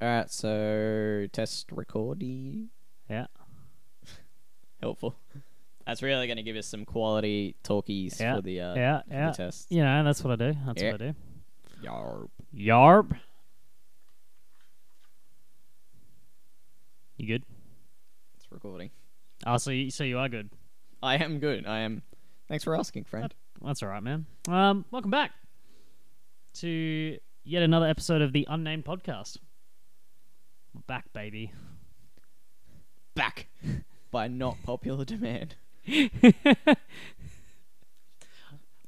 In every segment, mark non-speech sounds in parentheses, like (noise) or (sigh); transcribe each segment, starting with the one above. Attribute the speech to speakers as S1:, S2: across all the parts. S1: All right, so test recording.
S2: Yeah.
S1: (laughs) Helpful. That's really going to give us some quality talkies
S2: Yeah,
S1: for the uh,
S2: yeah,
S1: for
S2: yeah.
S1: the test.
S2: You know, that's what I do. That's
S1: Yeah.
S2: what I do.
S1: Yarp.
S2: Yarp. You good?
S1: It's recording.
S2: Oh, so you, so you are good.
S1: I am good. I am. Thanks for asking, friend.
S2: That's all right, man. Um, welcome back to yet another episode of the Unnamed Podcast. We're back, baby. (laughs)
S1: Back (laughs) by not popular demand.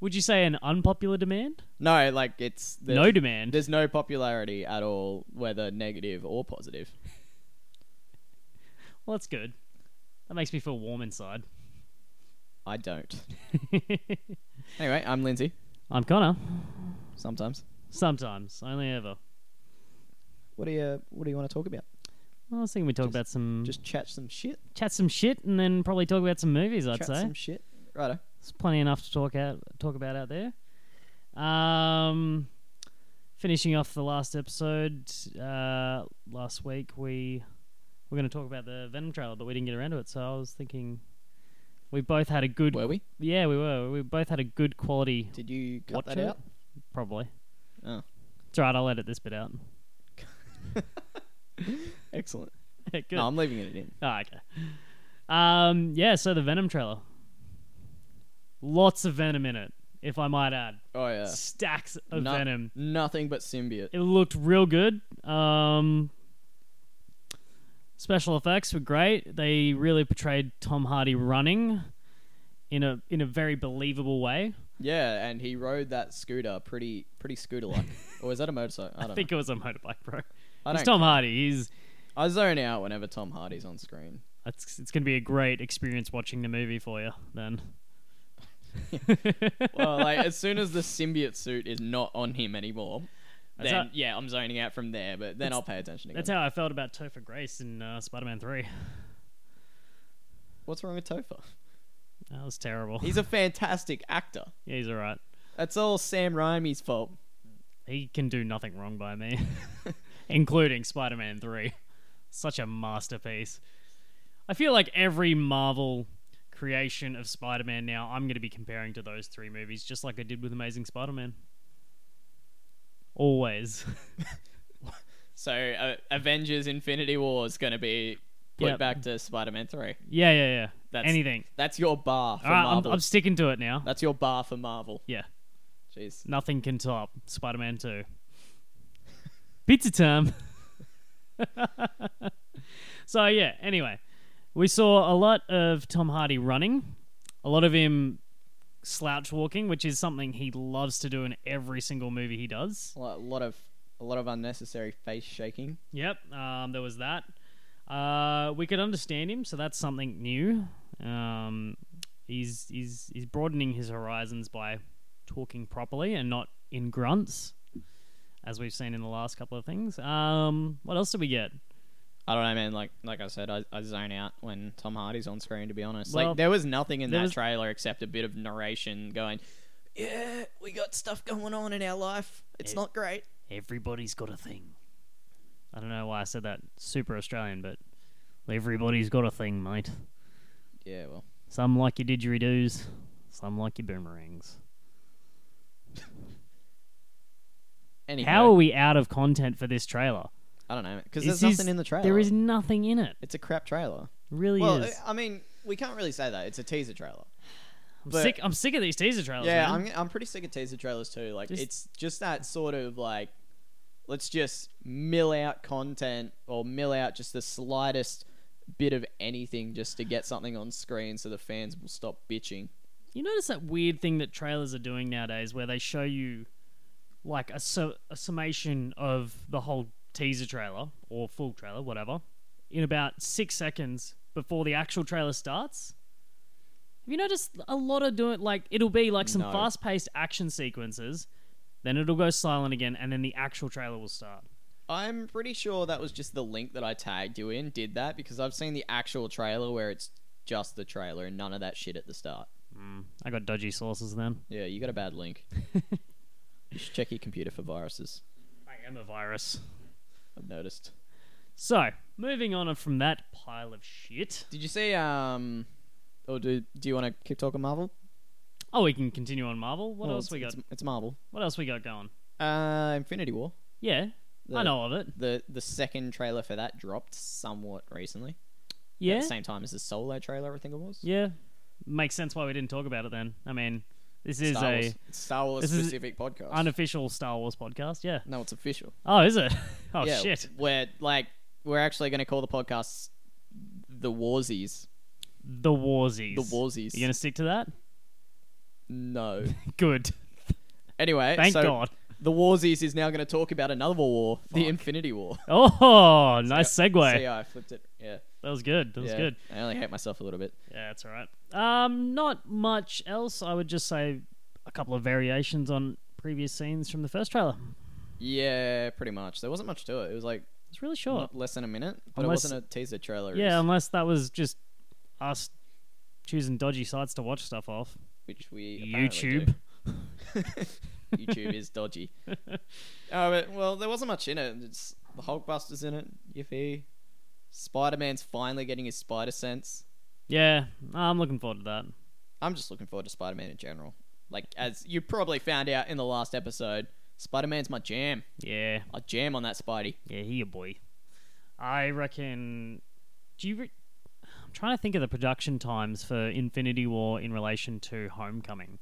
S2: Would you say an unpopular demand?
S1: No, like it's there's,
S2: no demand.
S1: There's no popularity at all, whether negative or positive.
S2: Well, that's good. That makes me feel warm inside. (laughs)
S1: I don't. anyway, I'm Lindsay.
S2: I'm Connor.
S1: Sometimes.
S2: Sometimes, only ever.
S1: What do you What do you want to talk about?
S2: I was thinking we talk
S1: Just-
S2: about some, just
S1: Just chat some shit.
S2: chat some shit, and then probably talk about some movies. I'd
S1: chat
S2: say
S1: some shit. Righto.
S2: there's plenty enough to talk out, talk about out there. Um, finishing off the last episode uh, last week, we were going to talk about the Venom trailer, but we didn't get around to it. So I was thinking, we both had a good,
S1: Were we?
S2: yeah, we were. We both had a good quality.
S1: Did you cut
S2: Watch
S1: that
S2: it?
S1: out?
S2: Probably.
S1: Oh.
S2: It's alright. I'll edit this bit out. (laughs)
S1: Excellent.
S2: good.
S1: No, I'm leaving it in.
S2: Oh, okay. Um, yeah, so the Venom trailer. Lots of Venom in it, if I might add.
S1: Oh yeah.
S2: Stacks of
S1: No-
S2: Venom.
S1: Nothing but symbiote.
S2: It looked real good. Um, special effects were great. They really portrayed Tom Hardy running in a in a very believable way.
S1: Yeah, and he rode that scooter pretty pretty scooter
S2: (laughs)
S1: like. or is that a motorcycle? I
S2: I,
S1: don't
S2: think
S1: know.
S2: it was a motorbike, bro.
S1: I
S2: It's
S1: don't
S2: Tom Hardy. He's
S1: I zone out whenever Tom Hardy's on screen.
S2: it's, it's going to be a great experience watching the movie for you then.
S1: (laughs) Well, like as soon as the symbiote suit is not on him anymore,
S2: That's
S1: then
S2: how-
S1: yeah, I'm zoning out from there, but then
S2: That's-
S1: I'll pay attention again.
S2: (laughs) That's how I felt about Topher Grace in uh, Spider-Man Three.
S1: What's wrong with Topher?
S2: That was terrible.
S1: He's a fantastic actor.
S2: (laughs) yeah, he's alright.
S1: That's all Sam Raimi's fault.
S2: He can do nothing wrong by me, (laughs) including Spider-Man Three. Such a masterpiece. I feel like every Marvel creation of Spider-Man now, I'm going to be comparing to those three movies, just like I did with Amazing Spider-Man. Always. (laughs)
S1: So uh, Avengers Infinity War is going to be put
S2: Yep.
S1: back to Spider-Man 3.
S2: yeah, yeah, yeah.
S1: That's-
S2: Anything.
S1: That's your bar for
S2: All right, I'm,
S1: Marvel.
S2: I'm sticking to it now.
S1: That's your bar for Marvel.
S2: Yeah.
S1: Jeez.
S2: Nothing can top Spider Man 2. Pizza time. (laughs) so, yeah, anyway, we saw a lot of Tom Hardy running, a lot of him slouch walking, which is something he loves to do in every single movie he does.
S1: A lot, lot of a lot of unnecessary face shaking.
S2: Yep, um, there was that. Uh, we could understand him, so that's something new. Um, he's he's he's broadening his horizons by talking properly and not in grunts, as we've seen in the last couple of things. Um, what else did we get?
S1: I don't know, man. Like like I said, I, I zone out when Tom Hardy's on screen. To be honest,
S2: Well,
S1: like there was nothing in
S2: there
S1: that
S2: was-
S1: trailer except a bit of narration going. Yeah, we got stuff going on in our life. It's
S2: Yeah.
S1: not great.
S2: Everybody's got a thing. I don't know why I said that super Australian, but everybody's got a thing, mate.
S1: Yeah, well,
S2: Some like your didgeridoos, some like your boomerangs.
S1: anyway,
S2: How are we out of content for this trailer?
S1: I don't know because
S2: This
S1: there's
S2: is-
S1: nothing in the trailer.
S2: There is nothing in it.
S1: It's a crap trailer.
S2: really
S1: Well, uh,
S2: is.
S1: I mean, we can't really say that. It's a teaser trailer.
S2: I'm
S1: but-
S2: sick. I'm sick of these teaser trailers.
S1: Yeah,
S2: man.
S1: I'm, I'm pretty sick of teaser trailers too. Like,
S2: Just-
S1: it's just that sort of like, let's just mill out content or mill out just the slightest bit of anything just to get something on screen so the fans will stop bitching.
S2: You notice that weird thing that trailers are doing nowadays, where they show you like a, su- a summation of the whole teaser trailer or full trailer, whatever, in about six seconds before the actual trailer starts. Have you noticed a lot of doing like it'll be like some
S1: No.
S2: fast-paced action sequences, then it'll go silent again, and then the actual trailer will start.
S1: I'm pretty sure that was just the link that I tagged you in did that because I've seen the actual trailer where it's just the trailer and none of that shit at the start.
S2: Mm, I got dodgy sources then.
S1: Yeah, you got a bad link. you should check your computer for viruses.
S2: I am a virus.
S1: I've noticed.
S2: So, moving on from that pile of shit.
S1: Did you see? Um, or do do you want to keep talking Marvel?
S2: Oh, we can continue on Marvel. What
S1: Well,
S2: else
S1: Oh, it's-
S2: we got?
S1: It's, it's Marvel.
S2: What else we got going?
S1: Uh, Infinity War.
S2: Yeah, I
S1: The-
S2: know of it.
S1: The the second trailer for that dropped somewhat recently. At
S2: Yeah,
S1: the same time as the solo trailer, I think it was.
S2: yeah. Makes sense why we didn't talk about it then. I mean, this is
S1: Star
S2: a
S1: Wars, Star Wars
S2: this is
S1: specific podcast.
S2: unofficial Star Wars podcast. Yeah.
S1: no, it's official.
S2: Oh, is it? (laughs) Oh
S1: yeah,
S2: shit.
S1: We're like we're actually going to call the podcast the Warsies.
S2: The Warsies.
S1: The Warsies.
S2: You gonna stick to that?
S1: (laughs)
S2: (laughs)
S1: No.
S2: Good.
S1: Anyway,
S2: Thank
S1: so
S2: God.
S1: the Warsies is now going to talk about another war, the
S2: Fuck.
S1: Infinity War.
S2: Oh, (laughs) nice
S1: See
S2: segue.
S1: how I flipped it. Yeah.
S2: That was good. That was
S1: yeah.
S2: good.
S1: I only hate myself a little bit.
S2: Yeah, that's all right. Um, not much else. I would just say a couple of variations on previous scenes from the first trailer.
S1: Yeah, pretty much. There wasn't much to it. It was like
S2: It's really short.
S1: not less than a minute, but
S2: Unless-
S1: it wasn't a teaser trailer. It
S2: Yeah, um,
S1: was-
S2: unless that was just us choosing dodgy sites to watch stuff off.
S1: which we apparently do.
S2: YouTube.
S1: (laughs)
S2: (laughs)
S1: YouTube is dodgy. Oh, but well, there wasn't much in it. It's the Hulkbuster's in it. Yiffy. Spider Man's finally getting his spider sense.
S2: Yeah, I'm looking forward to that.
S1: I'm just looking forward to Spider Man in general. Like as you probably found out in the last episode, Spider Man's my jam.
S2: Yeah,
S1: I jam on that Spidey.
S2: yeah, he a boy. I reckon. Do you? Re- I'm trying to think of the production times for Infinity War in relation to Homecoming.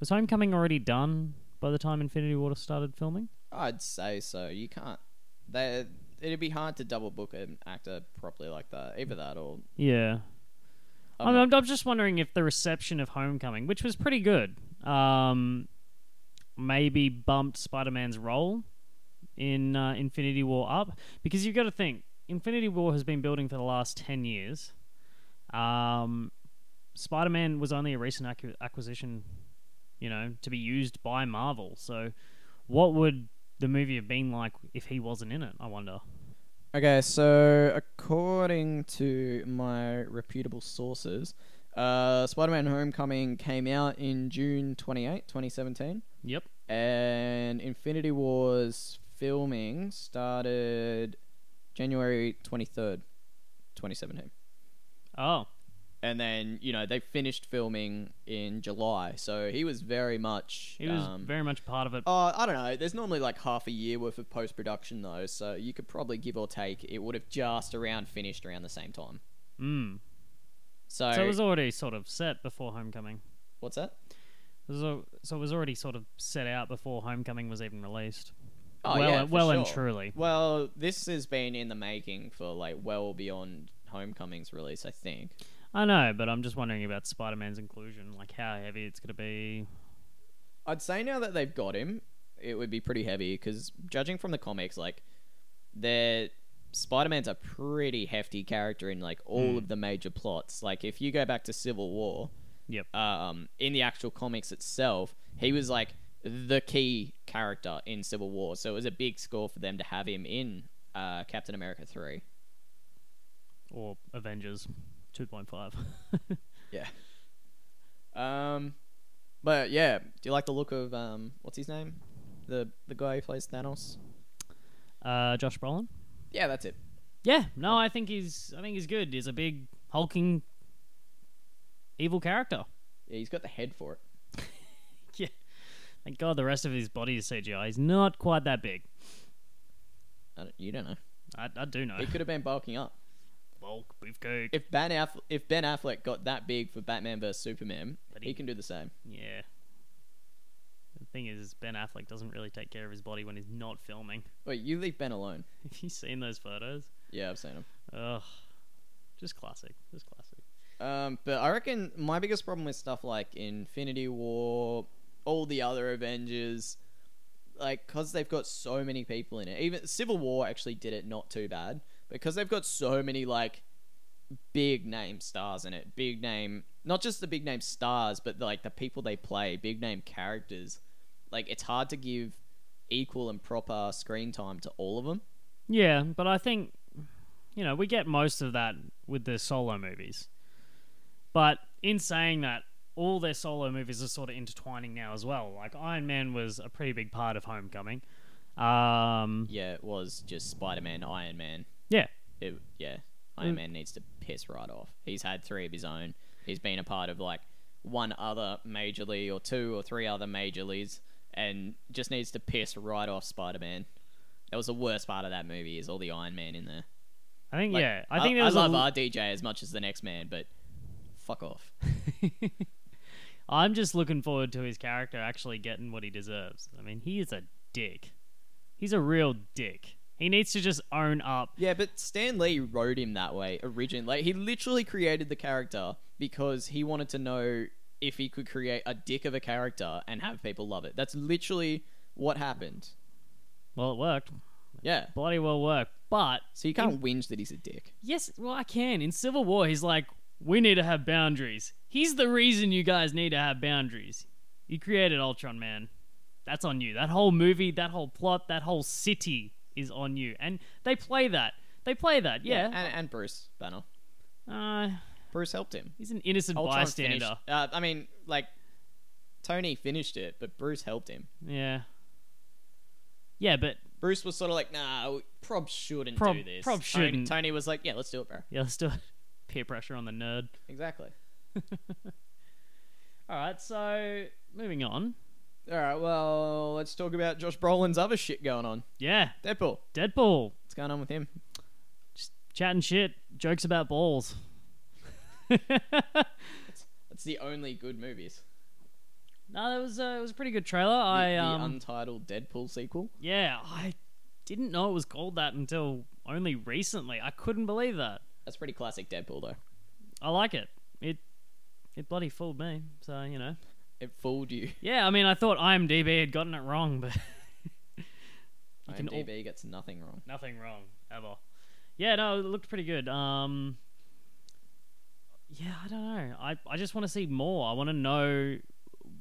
S2: Was Homecoming already done by the time Infinity War started filming?
S1: I'd say so. You can't. They. It'd be hard to double book an actor properly like that. Either that or.
S2: Yeah.
S1: I'm
S2: I'm,
S1: not-
S2: I'm, I'm just wondering if the reception of Homecoming, which was pretty good, um, maybe bumped Spider Man's role in uh, Infinity War up. Because you've got to think, Infinity War has been building for the last 10 years. Um, Spider Man was only a recent acqu- acquisition, you know, to be used by Marvel. So what would the movie have been like if he wasn't in it, I wonder?
S1: Okay, so according to my reputable sources, uh, Spider Man Homecoming came out in June 28, 2017,
S2: Yep.
S1: and Infinity War's filming started January 23rd, 2017.
S2: Oh,
S1: And then, you know, they finished filming in July, so he was very much.
S2: he was
S1: um,
S2: very much part of it.
S1: uh, I don't know. There's normally like half a year worth of post production though, so you could probably give or take. It would have just around finished around the same time.
S2: Mm.
S1: So,
S2: So it was already sort of set before Homecoming.
S1: what's that?
S2: It was al- So it was already sort of set out before Homecoming was even released.
S1: Oh,
S2: well,
S1: yeah,
S2: and-
S1: for
S2: well and
S1: sure.
S2: truly.
S1: Well, this has been in the making for like well beyond Homecoming's release, I think.
S2: I know, but I'm just wondering about Spider Man's inclusion, like how heavy it's going to be.
S1: I'd say now that they've got him, it would be pretty heavy because judging from the comics, like they're Spider Man's a pretty hefty character in like all of the major plots. Like if you go back to Civil War,
S2: Yep.
S1: um, in the actual comics itself, he was like the key character in Civil War. So it was a big score for them to have him in uh, Captain America three.
S2: Or Avengers 2.5.
S1: Yeah. Um, but yeah, do you like the look of um, what's his name, the the guy who plays Thanos?
S2: (laughs) uh, Josh Brolin.
S1: Yeah, that's it.
S2: Yeah. No, I think he's. I think he's good. He's a big hulking evil character.
S1: Yeah, he's got the head for it.
S2: Yeah. Thank God the rest of his body is CGI. He's not quite that big.
S1: I don't, you don't know.
S2: I, I do (laughs) know.
S1: He could have been bulking up.
S2: Bulk, beefcake.
S1: If Ben Affleck, if Ben Affleck got that big for Batman vs Superman,
S2: But
S1: he,
S2: he-
S1: can do the same.
S2: Yeah. The thing is, is Ben Affleck doesn't really take care of his body when he's not filming. (laughs)
S1: Wait, you leave Ben alone.
S2: Have you seen those photos?
S1: Yeah, I've seen him.
S2: Ugh. Just classic. Just classic.
S1: Um, but I reckon my biggest problem with stuff like Infinity War, all the other Avengers, like because they've got so many people in it. Even Civil War actually did it not too bad because they've got so many like big name stars in it. Big name, not just the big name stars, but like the people they play, big name characters. Like it's hard to give equal and proper screen time to all of them.
S2: Yeah, but I think, you know, we get most of that with the solo movies. But in saying that, all their solo movies are sort of intertwining now as well. Like Iron Man was a pretty big part of Homecoming. Um,
S1: Yeah, it was just Spider Man, Iron Man.
S2: yeah,
S1: It, yeah, Iron
S2: Mm.
S1: Man needs to piss right off. He's had three of his own. He's been a part of like one other major league or two or three other major leagues, and just needs to piss right off Spider Man. That was the worst part of that movie is all the Iron Man in there.
S2: I think
S1: Like,
S2: yeah, I think there
S1: I,
S2: was a
S1: love
S2: l-
S1: RDJ as much as the next man, but fuck off.
S2: (laughs) I'm just looking forward to his character actually getting what he deserves. I mean, he is a dick. He's a real dick. He needs to just own up.
S1: Yeah, but Stan Lee wrote him that way originally. Like, he literally created the character because he wanted to know if he could create a dick of a character and have people love it. That's literally what happened.
S2: Well, it worked.
S1: Yeah.
S2: Bloody well worked. But
S1: So you can't whinge that he's a dick.
S2: yes, well, I can. In Civil War, he's like, we need to have boundaries. He's the reason you guys need to have boundaries. You created Ultron, man. That's on you. That whole movie, that whole plot, that whole city is on you. And they play that. They play that. Yeah.
S1: And, and Bruce Banner.
S2: uh,
S1: Bruce helped him.
S2: he's an innocent
S1: Ultron
S2: bystander.
S1: finished- Uh, I mean, like, Tony finished it, but Bruce helped him.
S2: Yeah. Yeah, but
S1: Bruce was sort of like, nah, we prob shouldn't
S2: Prob-
S1: do this.
S2: prob
S1: Tony-
S2: shouldn't.
S1: Tony was like, yeah, let's do it, bro.
S2: yeah, let's do it. (laughs) Peer pressure on the nerd.
S1: Exactly.
S2: All right, so moving on.
S1: All right, well, let's talk about Josh Brolin's other shit going on.
S2: Yeah,
S1: Deadpool.
S2: Deadpool
S1: What's going on with him?
S2: just chatting shit, jokes about balls. (laughs) no, that
S1: It's the only good movies.
S2: was a, it was a pretty good trailer.
S1: The,
S2: I
S1: the
S2: um
S1: untitled Deadpool sequel.
S2: yeah, I didn't know it was called that until only recently. I couldn't believe that.
S1: That's pretty classic Deadpool, though.
S2: I like it. It it bloody fooled me. So, you know.
S1: It fooled (laughs) you.
S2: Yeah, I mean, I thought IMDb had gotten it wrong, but (laughs) You can
S1: IMDb gets nothing wrong.
S2: nothing wrong ever. Yeah, no, it looked pretty good. Um, yeah, I don't know. I I just want to see more. I want to know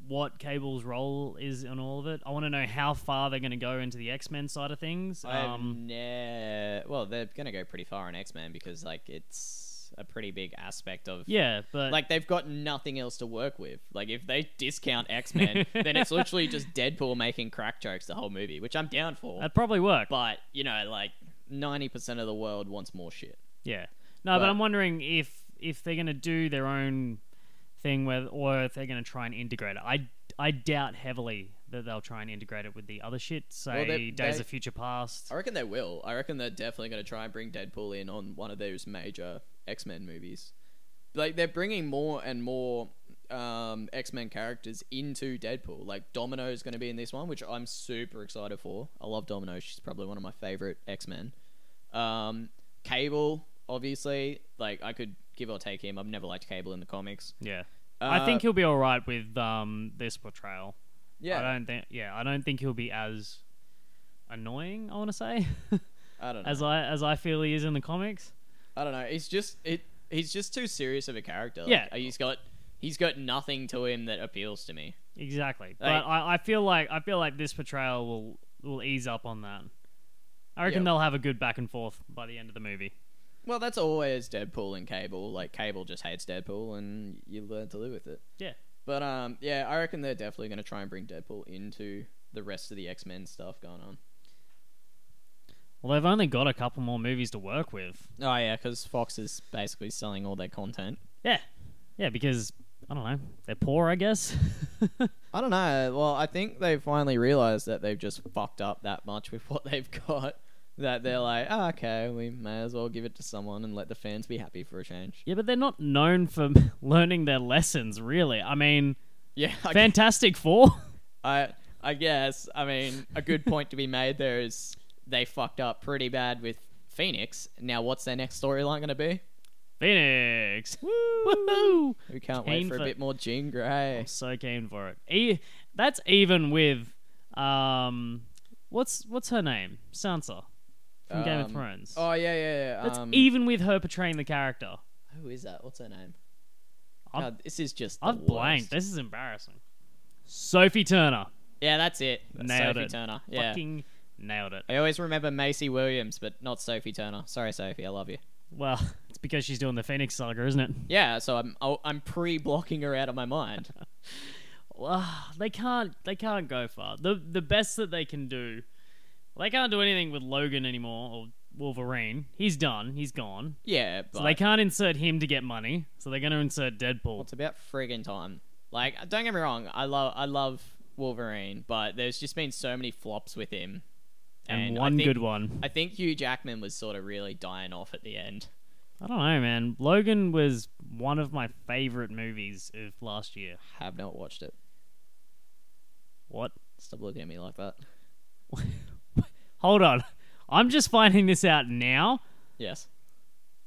S2: what Cable's role is in all of it. I want to know how far they're going to go into the X Men side of things.
S1: I've
S2: Um,
S1: ne- well, they're gonna go pretty far on X Men because like it's a pretty big aspect of
S2: yeah, but
S1: like they've got nothing else to work with. Like if they discount X Men, then it's literally
S2: (laughs)
S1: just Deadpool making crack jokes the whole movie, which I'm down for.
S2: that'd probably work.
S1: but you know, like ninety percent of the world wants more shit.
S2: yeah, no, but,
S1: but-
S2: I'm wondering if if they're going to do their own thing with, or if they're going to try and integrate it. I I doubt heavily that they'll try and integrate it with the other shit, say
S1: they-
S2: Days
S1: they-
S2: of Future Past.
S1: I reckon they will. I reckon they're definitely going to try and bring Deadpool in on one of those major X Men movies. Like they're bringing more and more um, X Men characters into Deadpool. Like Domino's going to be in this one, which I'm super excited for. I love Domino. She's probably one of my favorite X Men. Um, Cable, obviously. Like I could give or take him. I've never liked Cable in the comics.
S2: Yeah. I think
S1: Uh,
S2: he'll be all right with um, this portrayal.
S1: yeah.
S2: I don't think. Yeah, I don't think he'll be as annoying. I want to say (laughs)
S1: I don't know.
S2: as I as I feel he is in the comics.
S1: I don't know. He's just it. He's just too serious of a character. Like,
S2: Yeah.
S1: he's got he's got nothing to him that appeals to me.
S2: Exactly. But
S1: Like-
S2: I, I feel like I feel like this portrayal will will ease up on that. I reckon
S1: Yeah.
S2: they'll have a good back and forth by the end of the movie.
S1: Well, that's always Deadpool and Cable. Like Cable just hates Deadpool, and you learn to live with it.
S2: Yeah.
S1: But um, yeah, I reckon they're definitely going to try and bring Deadpool into the rest of the X Men stuff going on.
S2: Well, they've only got a couple more movies to work with.
S1: Oh yeah, because Fox is basically selling all their content.
S2: Yeah, yeah. Because I don't know, they're poor, I guess. (laughs)
S1: I don't know. Well, I think they finally realized that they've just fucked up that much with (laughs) what they've got that they're like, oh, okay, we may as well give it to someone and let the fans be happy for a change. (laughs)
S2: yeah, but they're not known for (laughs) learning their lessons, really. I mean,
S1: Yeah, I
S2: Fantastic Four. (laughs)
S1: I I guess. I mean, a good point to be made there is they fucked up pretty bad with Phoenix. Now, what's their next storyline going to be?
S2: Phoenix. Woohoo!
S1: We can't
S2: Keen
S1: wait for
S2: for-
S1: a bit more Jean Grey.
S2: I'm so keen for it. E- that's even with um what's what's her name? Sansa from Game of
S1: Um,
S2: Thrones.
S1: Oh yeah, yeah, yeah.
S2: that's e-
S1: um,
S2: even with her portraying the character.
S1: who is that? What's her name?
S2: I've-
S1: God, this is just. the
S2: I've blanked.
S1: worst.
S2: This is embarrassing. Sophie Turner.
S1: Yeah, that's it. That's
S2: Nailed
S1: Sophie
S2: it.
S1: Turner. Yeah.
S2: Fucking nailed it.
S1: I always remember Macy Williams, but not Sophie Turner. Sorry, Sophie. I love you.
S2: Well, (laughs) it's because she's doing the Phoenix saga, isn't it?
S1: Yeah, so I'm I'll- I'm pre-blocking her out of my
S2: (laughs)
S1: mind.
S2: Well, they can't they can't go far. The the best that they can do Well, they can't do anything with Logan anymore or Wolverine. He's done. He's gone.
S1: Yeah, but
S2: So they can't insert him to get money. So they're going to insert Deadpool.
S1: it's about friggin' time. Like, don't get me wrong, I love I love Wolverine, but there's just been so many flops with him,
S2: And,
S1: I
S2: one
S1: think-
S2: good one.
S1: I think Hugh Jackman was sort of really dying off at the end.
S2: I don't know, man. Logan was one of my favorite movies of last year.
S1: Have not watched it.
S2: What?
S1: Stop looking at me like that.
S2: Hold on. (laughs) I'm just finding this out now.
S1: Yes.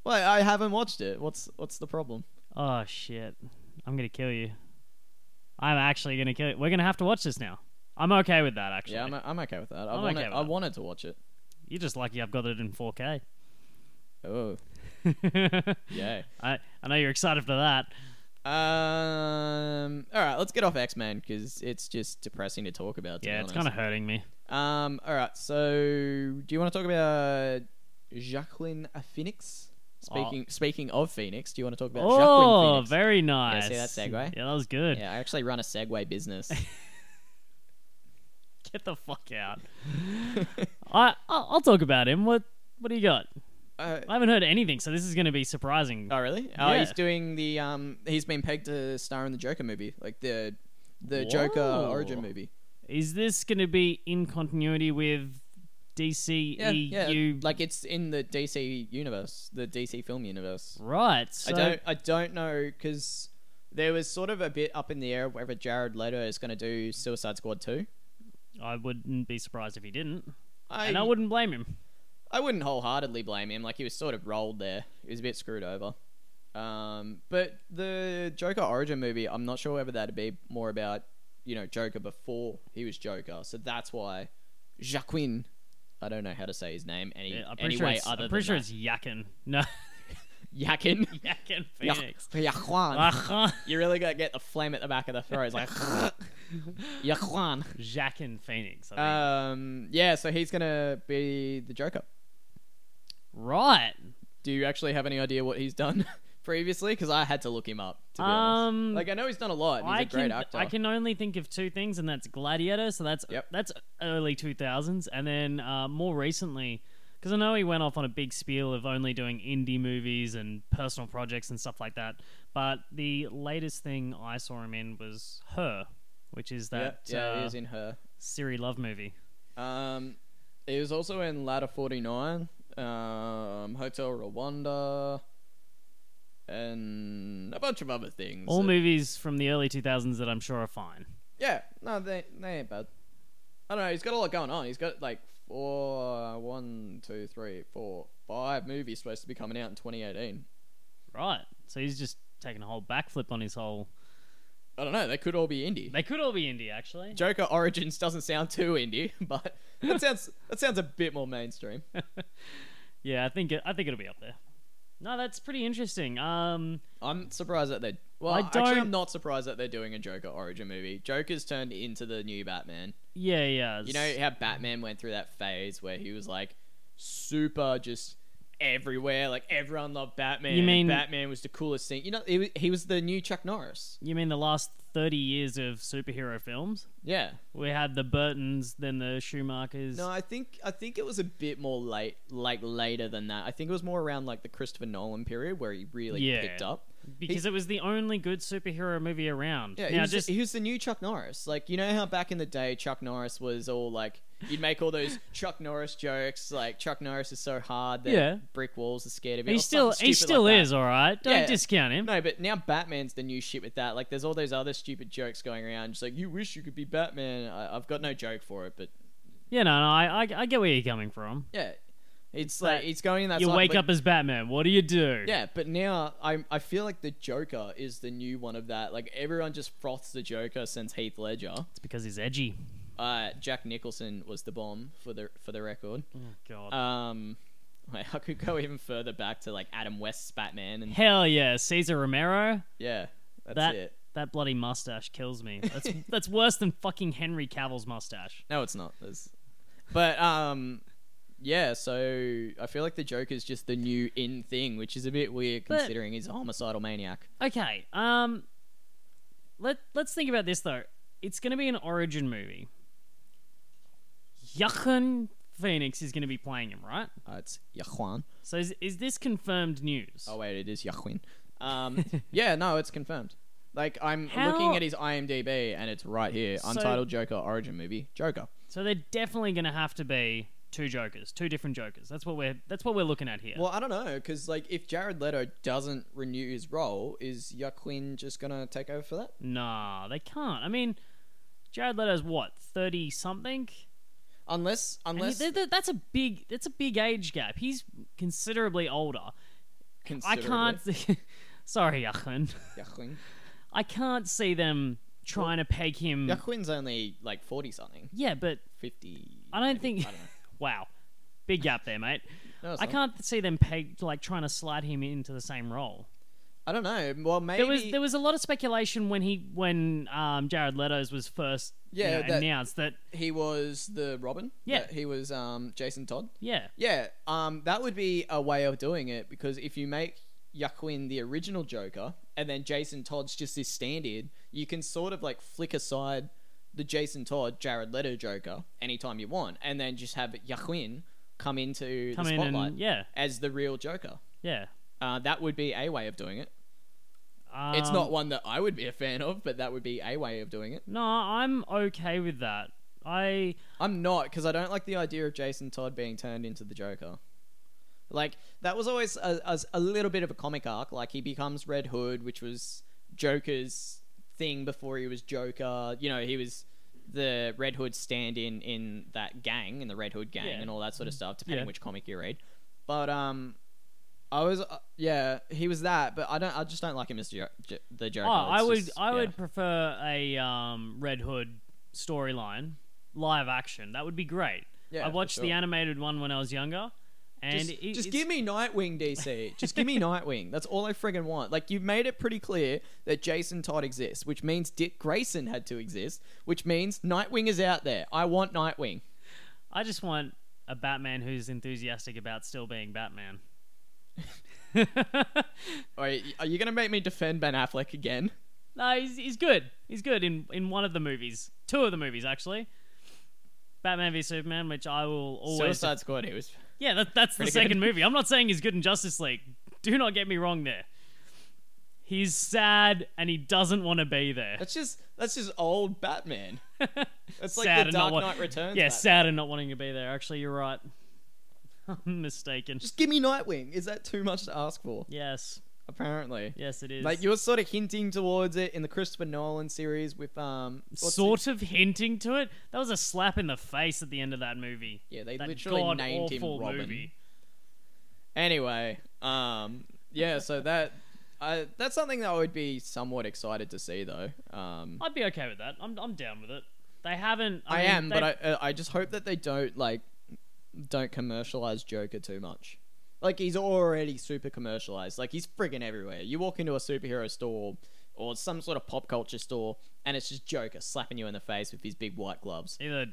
S1: Well, I haven't watched it. What's what's the problem?
S2: Oh shit. I'm gonna kill you. I'm actually gonna kill you. We're gonna have to watch this now. I'm okay with that actually.
S1: Yeah, I'm, I'm okay with that. I
S2: I'm
S1: wanted
S2: okay with
S1: I
S2: that.
S1: wanted to watch it.
S2: You're just lucky I've got it in 4K.
S1: Oh, yeah.
S2: (laughs) I I know you're excited for that.
S1: Um. All right, let's get off X Men because it's just depressing to talk about. To
S2: yeah,
S1: be
S2: it's kind
S1: honest.
S2: of hurting me.
S1: Um. All right. So, do you want to talk about Jacqueline Phoenix? Speaking Speaking of Phoenix, do you want to talk about Jacqueline
S2: Oh,
S1: Phoenix?
S2: very nice.
S1: see that segue?
S2: Yeah, that was good.
S1: yeah, I actually run a Segway
S2: (laughs)
S1: business. (laughs)
S2: Get the fuck out. I I'll, I'll talk about him. What what do you got?
S1: uh,
S2: I haven't heard anything, so this is going to be surprising.
S1: oh, really? Oh, he's
S2: Yeah.
S1: doing the um. He's been pegged to star in the Joker movie, like the the Joker
S2: Whoa.
S1: origin movie.
S2: Is this going to be in continuity with E DCEU?
S1: Yeah, yeah. Like it's in the DC universe, the DC film universe.
S2: right. So
S1: I don't I don't know because there was sort of a bit up in the air whether Jared Leto is going to do Suicide Squad two.
S2: I wouldn't be surprised if he didn't,
S1: I
S2: and I wouldn't blame him.
S1: I wouldn't wholeheartedly blame him. Like he was sort of rolled there. He was a bit screwed over. Um, but the Joker origin movie, I'm not sure whether that'd be more about you know Joker before he was Joker. So that's why Jacquin. I don't know how to say his name any
S2: Yeah, I'm pretty
S1: any
S2: sure,
S1: way
S2: it's,
S1: other
S2: I'm pretty sure
S1: than
S2: it's Yakin. No, (laughs)
S1: that. Yakin.
S2: Yakin
S1: Yeah. (laughs)
S2: Phoenix. Ah,
S1: Yaquan.
S2: Aha,
S1: You really gotta get the phlegm at the back of the throat. It's
S2: (laughs)
S1: like Yaquan.
S2: Yakin Phoenix. I think.
S1: Um, yeah. So he's gonna be the Joker.
S2: right.
S1: Do you actually have any idea what he's done (laughs) previously? Because I had to look him up. To be
S2: Um,
S1: honest. like I know he's done a lot. and He's
S2: I
S1: a great
S2: can
S1: actor.
S2: I can only think of two things, and that's Gladiator. So that's
S1: Yep.
S2: that's early two thousands, and then uh, more recently, because I know he went off on a big spiel of only doing indie movies and personal projects and stuff like that. But the latest thing I saw him in was Her, which is
S1: Yeah,
S2: that
S1: yeah, he
S2: uh,
S1: was in her.
S2: Siri Love movie.
S1: Um, he was also in Ladder Forty Nine, um, Hotel Rwanda, and a bunch of other things.
S2: All
S1: that-
S2: movies from the early two thousands that I'm sure are fine.
S1: Yeah, no, they they ain't bad. I don't know. He's got a lot going on. He's got like four, one, two, three, four, five movies supposed to be coming out in 2018.
S2: Right. So he's just taking a whole backflip on his whole.
S1: I don't know. They could all be indie.
S2: They could all be indie actually.
S1: Joker Origins doesn't sound too indie, (laughs) but that sounds that sounds a bit more
S2: (laughs)
S1: mainstream.
S2: Yeah, I think it, I think it'll be up there. No, that's pretty interesting. Um,
S1: I'm surprised that they. Well,
S2: I
S1: actually,
S2: don't-
S1: I'm not surprised that they're doing a Joker Origin movie. Joker's turned into the new Batman.
S2: yeah, yeah.
S1: You know how Batman went through that phase where he was like super just everywhere, like everyone loved Batman.
S2: You
S1: and
S2: mean-
S1: Batman was the coolest thing? You know, he was, he was the new Chuck Norris.
S2: you mean the last thirty years of superhero films?
S1: Yeah.
S2: We had the Burtons, then the Schumachers.
S1: No, I think I think it was a bit more late, like later than that. I think it was more around like the Christopher Nolan period where he really
S2: Yeah.
S1: picked up.
S2: because it was the only good superhero movie around.
S1: Yeah, he
S2: now
S1: was,
S2: just
S1: the, he was the new Chuck Norris. Like, you know how back in the day, Chuck Norris was all like, you'd make all
S2: (laughs)
S1: those Chuck Norris jokes, like Chuck Norris is so hard that
S2: Yeah.
S1: brick walls are scared of him.
S2: he
S1: or
S2: still
S1: something
S2: he
S1: stupid
S2: still
S1: like that.
S2: is all right. Don't
S1: Yeah.
S2: discount him.
S1: No, but now Batman's the new shit with that. Like, there's all those other stupid jokes going around. Just like, you wish you could be Batman. I, I've got no joke for it, but
S2: Yeah, no, no. I, I I get where you're coming from.
S1: yeah, it's
S2: But
S1: like it's going in that.
S2: you
S1: cycle,
S2: wake
S1: but-
S2: up as Batman. What do you do?
S1: Yeah, but now I I feel like the Joker is the new one of that. Like everyone just froths the Joker since Heath Ledger.
S2: it's because he's edgy.
S1: Uh, Jack Nicholson was the bomb for the for the record.
S2: Oh God.
S1: Um, (laughs) wait, I could go even further back to like Adam West's Batman and
S2: Hell yeah, Caesar Romero.
S1: yeah, that's
S2: that
S1: it.
S2: that bloody mustache kills me. That's that's worse than fucking Henry Cavill's mustache.
S1: No, it's not. There's- But um, yeah. So I feel like the Joker's just the new in thing, which is a bit weird
S2: But-
S1: considering he's a homicidal maniac.
S2: Okay. Um let let's think about this though. It's going to be an origin movie. Jochen Phoenix is going to be playing him, right?
S1: Uh, it's Yahuan.
S2: So is, is this confirmed news?
S1: Oh wait, it is Yahuin. Um, (laughs) yeah, no, it's confirmed. Like I'm
S2: How-
S1: looking at his IMDb and it's right here:
S2: So-
S1: Untitled Joker origin movie, Joker.
S2: So they're definitely going to have to be two Jokers, two different Jokers. That's what we're that's what we're looking at here.
S1: Well, I don't know because like if Jared Leto doesn't renew his role, is Yaquin just gonna take over for that?
S2: Nah, they can't. I mean, Jared Leto's what thirty something.
S1: Unless,
S2: And
S1: unless
S2: th- th- that's a big that's a big age gap. He's considerably older. I can't. (laughs) sorry, Yachin.
S1: Yaquin.
S2: I can't see them trying to peg him.
S1: Yaquin's only like forty something,
S2: Yeah, but
S1: fifty.
S2: I don't
S1: maybe.
S2: think. wow, big gap there, mate.
S1: No, it's
S2: (laughs) I
S1: not.
S2: can't see them peg like trying to slide him into the same role.
S1: I don't know. Well, maybe
S2: There was there was a lot of speculation when he when um, Jared Leto's was first you
S1: Yeah,
S2: know,
S1: that-
S2: announced that
S1: he was the Robin.
S2: Yeah.
S1: that he was um, Jason Todd.
S2: yeah
S1: Yeah, um, that would be a way of doing it because if you make Yaquin the original Joker and then Jason Todd's just this stand-in, you can sort of like flick aside the Jason Todd, Jared Leto Joker anytime you want, and then just have Yaquin come into
S2: come
S1: the
S2: in
S1: spotlight
S2: and yeah
S1: as the real Joker.
S2: yeah.
S1: Uh, that would be a way of doing it.
S2: Um,
S1: it's not one that I would be a fan of, but that would be a way of doing it.
S2: No, I'm okay with that. I
S1: I'm not because I don't like the idea of Jason Todd being turned into the Joker. Like that was always a, a, a little bit of a comic arc. Like he becomes Red Hood, which was Joker's thing before he was Joker. You know, he was the Red Hood stand-in in that gang, in the Red Hood gang,
S2: Yeah. Mm-hmm.
S1: and all that sort of stuff, depending
S2: Yeah.
S1: which comic you read. But um, I was uh, yeah, he was that, but I don't. I just don't like him as jo- J- the Joker.
S2: oh, I
S1: It's
S2: would
S1: just-
S2: I
S1: yeah.
S2: would prefer a um, Red Hood storyline, live action. That would be great.
S1: Yeah,
S2: I
S1: for
S2: watched the
S1: sure.
S2: animated one when I was younger, and
S1: Just,
S2: it,
S1: just
S2: it's-
S1: give me Nightwing, DC. Just
S2: (laughs)
S1: give me Nightwing. That's all I friggin' want. Like, you've made it pretty clear that Jason Todd exists, which means Dick Grayson had to exist, which means Nightwing is out there. I want Nightwing.
S2: I just want a Batman who's enthusiastic about still
S1: (laughs)
S2: being Batman. (laughs)
S1: All right, are you going to make me defend Ben Affleck again?
S2: no, he's, he's good. He's good in in one of the movies, two of the movies actually. Batman v Superman, which I will always
S1: Suicide Squad, he was.
S2: Yeah, that, that's the
S1: Pretty good.
S2: second movie. I'm not saying he's good in Justice League. (laughs) Do not get me wrong there. He's sad and he doesn't want to be there.
S1: That's just that's just old
S2: (laughs)
S1: Batman. That's like
S2: sad
S1: the
S2: and
S1: Dark
S2: not wa-
S1: Knight Returns.
S2: Yeah,
S1: Batman.
S2: sad and not wanting to be there. Actually, you're right. (laughs) I'm mistaken.
S1: Just give me Nightwing. Is that too much to ask for?
S2: Yes,
S1: Apparently.
S2: yes, it is.
S1: Like you were sort of hinting towards it in the Christopher Nolan series with um what's the-
S2: sort of hinting to it. That was a slap in the face at the end of that movie.
S1: Yeah, they
S2: That
S1: literally
S2: god
S1: named him
S2: awful
S1: Robin.
S2: movie.
S1: Anyway, um, yeah, so that I, that's something that I would be somewhat excited to see, though. Um,
S2: I'd be okay with that. I'm, I'm down with it. They haven't.
S1: I,
S2: I, mean,
S1: am, but
S2: they-
S1: I, uh, I just hope that they don't like don't commercialize Joker too much. Like he's already super commercialized. Like he's friggin' everywhere. You walk into a superhero store or some sort of pop culture store, and it's just Joker slapping you in the face with his big white gloves,
S2: (laughs) either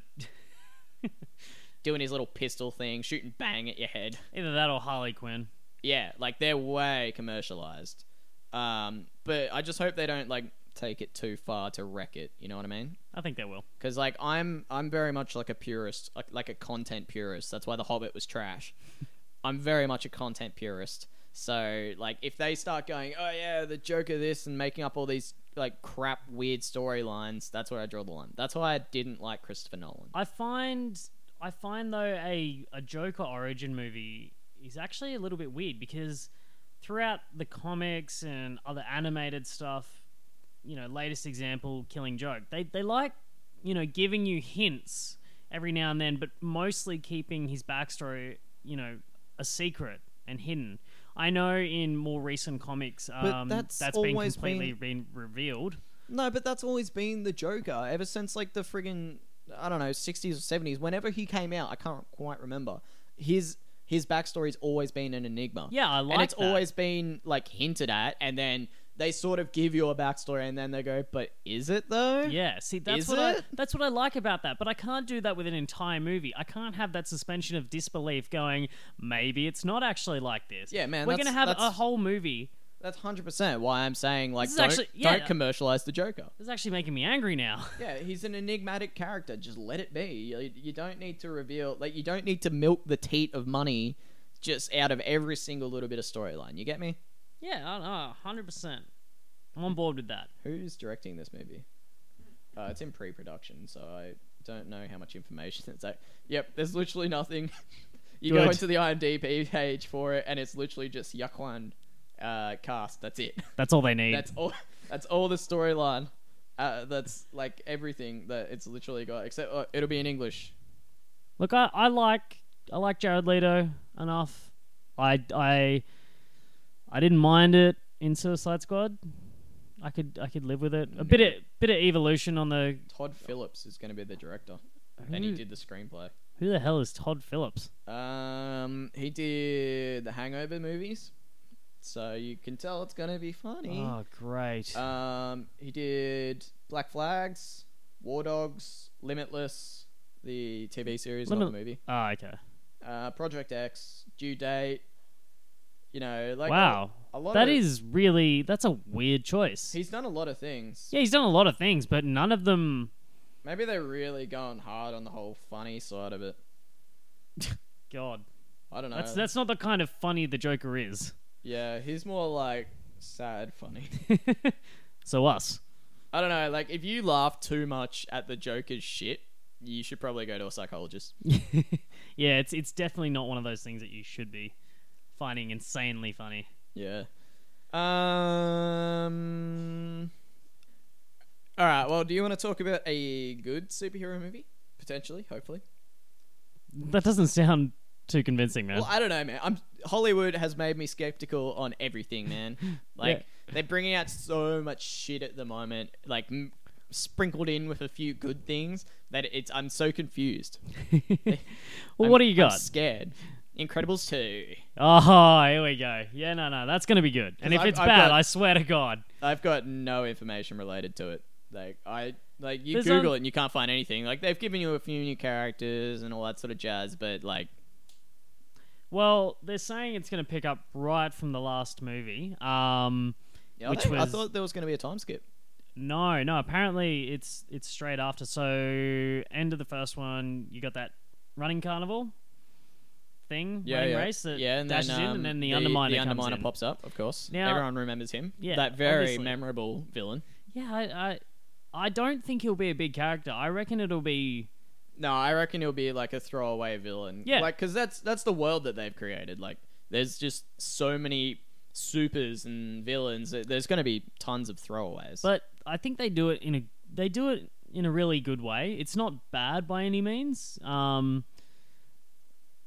S1: doing his little pistol thing, shooting bang at your head.
S2: either that or Harley Quinn.
S1: yeah, like they're way commercialized. Um, but I just hope they don't like take it too far to wreck it. You know what I mean?
S2: I think they will.
S1: Because like I'm I'm very much like a purist, like like a content purist. That's why The Hobbit was trash. (laughs) I'm very much a content purist. So like if they start going, oh yeah, the Joker this and making up all these like crap weird storylines, that's where I draw the line. That's why I didn't like Christopher Nolan.
S2: I find I find though a a Joker origin movie is actually a little bit weird because throughout the comics and other animated stuff, you know, latest example, Killing Joke, they they like you know giving you hints every now and then, but mostly keeping his backstory you know a secret and hidden. I know in more recent comics, um,
S1: that's
S2: that's been
S1: always
S2: completely been revealed.
S1: No, but that's always been the Joker ever since like the friggin' I don't know sixties or seventies. Whenever he came out, I can't quite remember. His his backstory's always been an enigma.
S2: Yeah, I like
S1: and it's
S2: that.
S1: always been like hinted at, and then they sort of give you a backstory, and then they go, "But is it though?"
S2: Yeah, see that's
S1: Is
S2: what I,
S1: it?
S2: that's what I like about that, but I can't do that with an entire movie. I can't have that suspension of disbelief going maybe it's not actually like this.
S1: Yeah, man,
S2: We're
S1: that's-
S2: going to have a
S1: that's-
S2: whole movie
S1: That's hundred percent why I'm saying like
S2: This is
S1: don't,
S2: actually- yeah.
S1: don't commercialize the Joker.
S2: It's actually making me angry now. (laughs)
S1: Yeah, he's an enigmatic character. Just let it be. You, you don't need to reveal like you don't need to milk the teat of money just out of every single little bit of storyline. You get me?
S2: Yeah, I know, hundred percent. I'm on board with that.
S1: Who's directing this movie? Uh, it's in pre-production, so I don't know how much information (laughs) it's like. Yep, there's literally nothing. (laughs) you go
S2: Good.
S1: into the IMDb page for it, and it's literally just Yaquan uh, cast. That's it.
S2: That's all they need.
S1: That's all. That's all the storyline. Uh, that's like everything that it's literally got, except uh, it'll be in English.
S2: Look, I, I like I like Jared Leto enough. I I I didn't mind it in Suicide Squad. I could I could live with it. A bit of bit of evolution on the
S1: Todd Phillips is going to be the director, and he
S2: Who-
S1: did the screenplay.
S2: who the hell is Todd Phillips?
S1: Um, he did the Hangover movies, so you can tell it's going to be funny.
S2: Oh great.
S1: Um, he did Black Flags, War Dogs, Limitless, the TV series, not
S2: Limit-
S1: the movie.
S2: oh okay.
S1: Uh, Project X, Due Date. You know, like
S2: wow.
S1: a, a lot.
S2: That
S1: of,
S2: is really that's a weird choice.
S1: He's done a lot of things.
S2: yeah, he's done a lot of things, but none of them
S1: Maybe they're really going hard on the whole funny side of it.
S2: God.
S1: I don't know.
S2: That's that's not the kind of funny the Joker is.
S1: (laughs) Yeah, he's more like sad funny.
S2: so us. (laughs)
S1: I don't know. Like, if you laugh too much at the Joker's shit, you should probably go to a psychologist.
S2: yeah, it's it's definitely not one of those things that you should be finding insanely funny.
S1: Yeah. Um. All right. Well, do you want to talk about a good superhero movie? Potentially, hopefully.
S2: That doesn't sound too convincing, man.
S1: Well, I don't know, man. I'm Hollywood has made me skeptical on everything,
S2: (laughs)
S1: man. Like they're bringing out so much shit at the moment, like m- sprinkled in with a few good things that it's I'm so confused.
S2: (laughs) well,
S1: I'm-
S2: what do you
S1: I'm
S2: got?
S1: scared. Incredibles two.
S2: Oh, here we go. Yeah, no, no, that's gonna be good. And if
S1: I've-
S2: it's
S1: I've
S2: bad,
S1: got-
S2: I swear to God.
S1: I've got no information related to it. Like I like you
S2: There's um,
S1: Google
S2: on-
S1: it and you can't find anything. Like they've given you a few new characters and all that sort of jazz, but like
S2: Well, they're saying it's gonna pick up right from the last movie. Um,
S1: yeah,
S2: Which
S1: I, think- I
S2: was-
S1: thought there was going to be a time skip.
S2: no, no. Apparently, it's it's straight after. So end of the first one, you got that running carnival thing, running race that
S1: yeah, and
S2: dashes
S1: then,
S2: in, and
S1: um,
S2: then the, underminer
S1: the
S2: comes
S1: underminer
S2: in.
S1: pops up, of course.
S2: Now-
S1: Everyone remembers him.
S2: Yeah,
S1: that very
S2: obviously.
S1: memorable villain.
S2: Yeah, I, I, I don't think he'll be a big character. I reckon it'll be.
S1: No, I reckon he'll be like a throwaway villain.
S2: Yeah.
S1: like because that's that's the world that they've created. Like, there's just so many supers and villains. that There's going to be tons of throwaways.
S2: But I think they do it in a they do it in a really good way. It's not bad by any means. Um,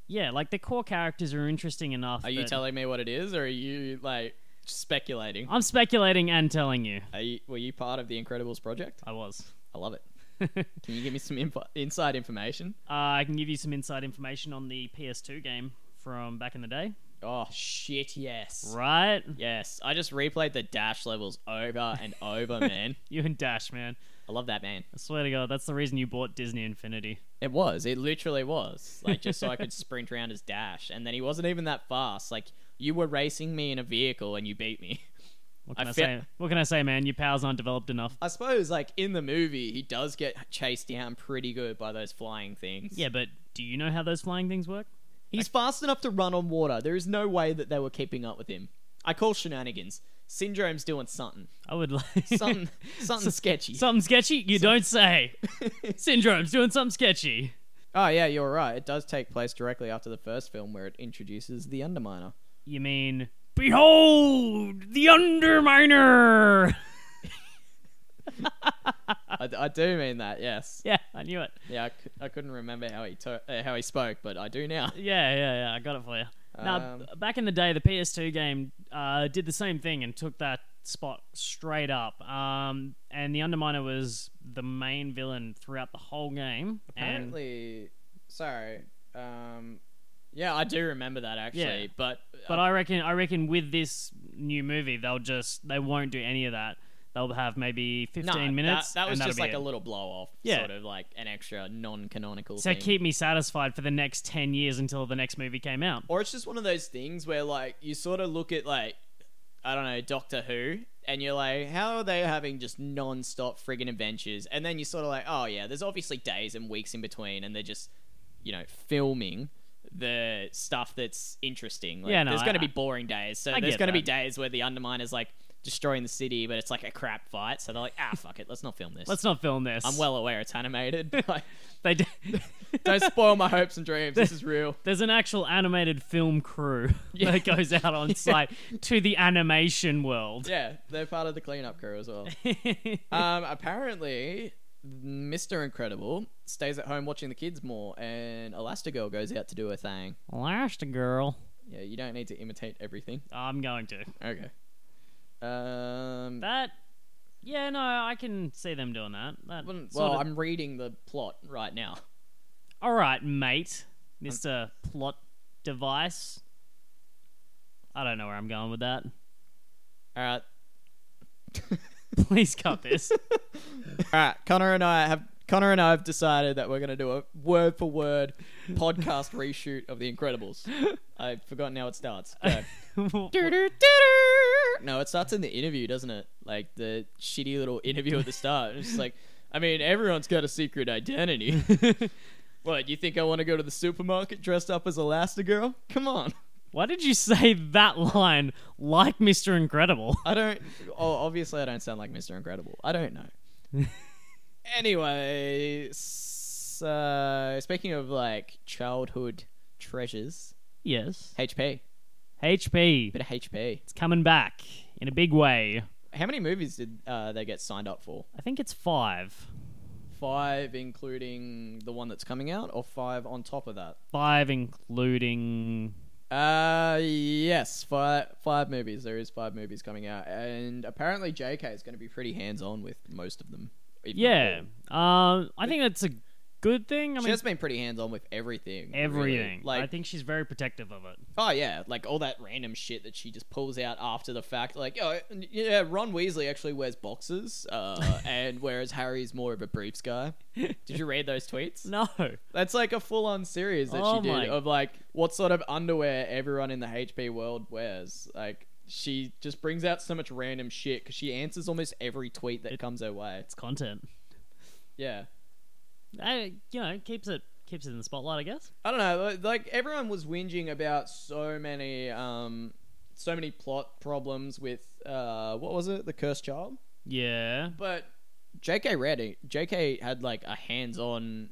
S2: yeah, like the core characters are interesting enough.
S1: are you
S2: that-
S1: telling me what it is, or are you like speculating?
S2: I'm speculating and telling you.
S1: Are you, were you part of the Incredibles project?
S2: I was. (laughs)
S1: I love it.
S2: uh,
S1: Can you give me some info, inside information?
S2: I can give you some inside information on the PS2 game from back in the day,
S1: Oh shit, yes.
S2: right?
S1: Yes, I just replayed the dash levels over and
S2: (laughs)
S1: over, man.
S2: You and Dash, man.
S1: I love that man.
S2: I swear to God, that's the reason you bought Disney Infinity.
S1: It was. It literally was. Like just so I could sprint around his dash, and then he wasn't even that fast. Like you were racing me in a vehicle, and you beat me. (laughs)
S2: What
S1: I
S2: can I,
S1: feel-
S2: say? What can I say, man? Your powers aren't developed enough.
S1: I suppose, like in the movie, he does get chased down pretty good by those flying things.
S2: Yeah, but do you know how those flying things work?
S1: he's fast enough to run on water. There is no way that they were keeping up with him. I call shenanigans. Syndrome's doing (laughs) something,
S2: I would like (laughs)
S1: something, something sketchy.
S2: something sketchy. You
S1: (laughs)
S2: don't say. Syndrome's doing something sketchy.
S1: oh yeah, you're right. It does take place directly after the first film, where it introduces the (laughs) Underminer.
S2: You mean behold the Underminer? (laughs)
S1: I, I do mean that. Yes.
S2: yeah, I knew it.
S1: Yeah, I, c- I couldn't remember how he to- uh, how he spoke, but I do (laughs) now.
S2: Yeah, yeah, yeah. I got it for you. now,
S1: Um,
S2: b- back in the day, the PS2 game uh, did the same thing and took that spot straight up. Um, and the Underminer was the main villain throughout the whole game. and-
S1: Apparently, sorry. Um, yeah, I do remember that actually,
S2: Yeah.
S1: but uh,
S2: But I reckon I reckon with this new movie they'll just they won't do any of that. They'll have maybe
S1: no,
S2: fifteen
S1: that-
S2: minutes.
S1: That, was
S2: and
S1: just
S2: that'll be
S1: like a
S2: it.
S1: little blow off,
S2: Yeah.
S1: sort of like an extra non-canonical.
S2: so
S1: thing.
S2: keep me satisfied for the next ten years until the next movie came out.
S1: or it's just one of those things where like you sort of look at like I don't know, Doctor Who, and you're like, how are they having just non-stop friggin' adventures? And then you're sort of like, oh yeah, there's obviously days and weeks in between, and they're just, you know, filming the stuff that's interesting. Like,
S2: Yeah, no,
S1: there's
S2: I-
S1: going to be
S2: I-
S1: boring days. So
S2: I
S1: there's
S2: get
S1: going to be
S2: that.
S1: days where the Underminer's like destroying the city, but it's like a crap fight. So they're like, ah, fuck it, let's not film this.
S2: Let's not film this.
S1: I'm well aware it's animated. (laughs)
S2: (laughs)
S1: but
S2: They d-
S1: don't spoil my hopes and dreams. This is real.
S2: There's an actual animated film crew (laughs)
S1: (laughs) Yeah.
S2: that goes out on site to the animation world. (laughs)
S1: Yeah, they're part of the cleanup crew as well.
S2: Yeah.
S1: um, apparently, Mr. Incredible stays at home watching the kids more, and Elastigirl goes out to do her thing.
S2: girl.
S1: Yeah, you don't need to imitate everything.
S2: I'm going to.
S1: Okay. Um,
S2: That. Yeah, no, I can see them doing that. That.
S1: well,
S2: sort of-
S1: I'm reading the plot right now.
S2: All right, mate, Mister Plot Device. I don't know where I'm going with that. (laughs)
S1: All right.
S2: Please
S1: (laughs)
S2: cut this.
S1: All right, Connor and I have Connor and I have decided that we're going to do a word for word podcast reshoot of The Incredibles.
S2: (laughs)
S1: I've forgotten how it starts. Go. No, it starts in the interview, doesn't it? Like the shitty little interview at the start. It's just like, I mean, everyone's got a secret identity. (laughs) what, you think I want to go to the supermarket dressed up as Elastigirl? Come on.
S2: Why did you say that line like Mister Incredible? (laughs)
S1: I don't. Oh, obviously, I don't sound like Mr. Incredible. I don't know. anyway, so speaking of like childhood treasures,
S2: Yes.
S1: HP,
S2: HP.
S1: bit of HP.
S2: It's coming back in a big way.
S1: How many movies did uh, they get signed up for?
S2: I think it's five.
S1: Five, including the one that's coming out, or five on top of that?
S2: Five, including.
S1: Uh, yes, five five movies. There is five movies coming out, and apparently JK is going to be pretty hands on with most of them. if not
S2: Yeah.
S1: all.
S2: Um, I think that's a good thing. I
S1: she
S2: mean,
S1: has been pretty hands on with everything. really.
S2: everything.
S1: Like,
S2: I think she's very protective of it.
S1: oh yeah, like all that random shit that she just pulls out after the fact. Like, oh yeah, Ron Weasley actually wears boxes,
S2: (laughs)
S1: uh, and whereas Harry's more of a briefs guy. Did you read those tweets?
S2: No.
S1: That's like a full on series that
S2: Oh
S1: she did
S2: my-
S1: of like what sort of underwear everyone in the HP world wears. Like she just brings out so much random shit because she answers almost every tweet that comes her way.
S2: It's content.
S1: Yeah.
S2: I, you know, keeps it keeps it in the spotlight, I guess.
S1: I don't know. li- Like everyone was whinging about so many, um, so many plot problems with uh, what was it, the cursed child?
S2: Yeah.
S1: But J.K. Reading, J.K. had like a hands-on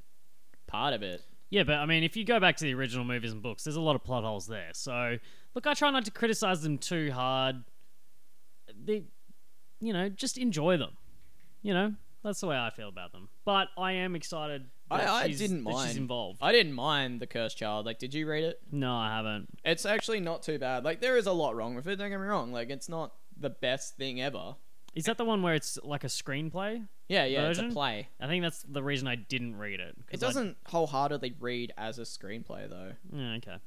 S1: part of it.
S2: Yeah, but I mean, if you go back to the original movies and books, there's a lot of plot holes there. So, look, I try not to criticize them too hard. They, you know, just enjoy them. You know, that's the way I feel about them. But I am excited. That
S1: I- I
S2: she's,
S1: didn't
S2: that
S1: mind.
S2: she's involved.
S1: I didn't mind the cursed child. Like, did you read it?
S2: no, I haven't.
S1: It's actually not too bad. Like, there is a lot wrong with it. Don't get me wrong. Like, it's not the best thing ever.
S2: Is that the one where it's like a screenplay?
S1: Yeah, yeah, it's
S2: Version?
S1: a play.
S2: I think that's the reason I didn't read it. 'cause
S1: It
S2: I-
S1: doesn't wholeheartedly read as a screenplay though.
S2: Yeah, okay.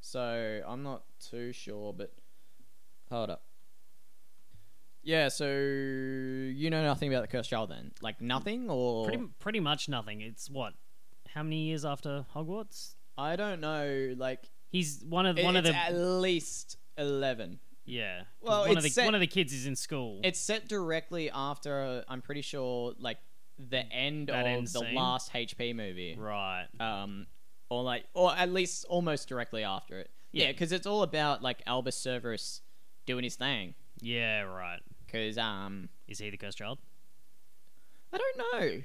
S1: So I'm not too sure, but hold up. Yeah, so you know nothing about the cursed child then, like nothing, or
S2: Pretty pretty much nothing. It's what? How many years after Hogwarts?
S1: I don't know. Like
S2: He's one of
S1: it-
S2: one of
S1: it's
S2: the
S1: at least eleven.
S2: yeah. 'cause
S1: Well,
S2: one of the
S1: it's set-
S2: one of the kids is in school.
S1: It's set directly after I'm pretty sure, like the end
S2: That
S1: of
S2: end
S1: the
S2: scene?
S1: last HP movie.
S2: Right.
S1: um, or like, or at least almost directly after it. Yeah,
S2: Yeah.
S1: because it's all about like Albus Severus doing his thing.
S2: Yeah, right.
S1: Because um,
S2: Is he the
S1: (laughs)
S2: cursed child?
S1: I don't know.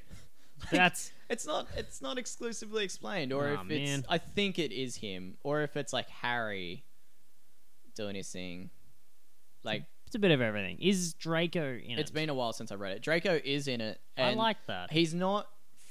S2: That's
S1: It's not. It's not exclusively explained, or
S2: Nah,
S1: if it's.
S2: man.
S1: I think it is him, or if it's like Harry doing his thing. Like
S2: it's a bit of everything. Is Draco in
S1: it's
S2: it?
S1: been a while since I read it. Draco is in it.
S2: I
S1: and
S2: like that.
S1: he's not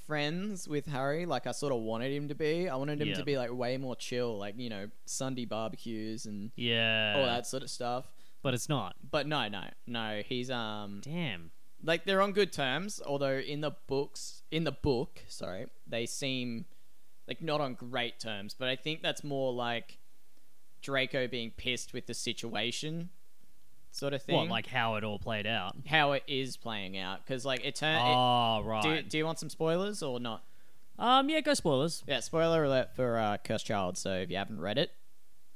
S1: friends with Harry like I sort of wanted him to be. I wanted him
S2: Yeah.
S1: to be like way more chill, like you know Sunday barbecues and
S2: yeah.
S1: all Oh, that sort of stuff.
S2: But it's not.
S1: But no, no, no. He's um
S2: Damn.
S1: like they're on good terms. Although in the books, in the book, sorry, they seem like not on great terms. But I think that's more like Draco being pissed with the situation, sort of thing.
S2: What, like how it all played out?
S1: how it is playing out? Because like Uh, it turns.
S2: oh,
S1: do,
S2: right.
S1: do you want some spoilers or not?
S2: um, yeah, go spoilers.
S1: Yeah, spoiler alert for uh, Cursed Child. So if you haven't read it,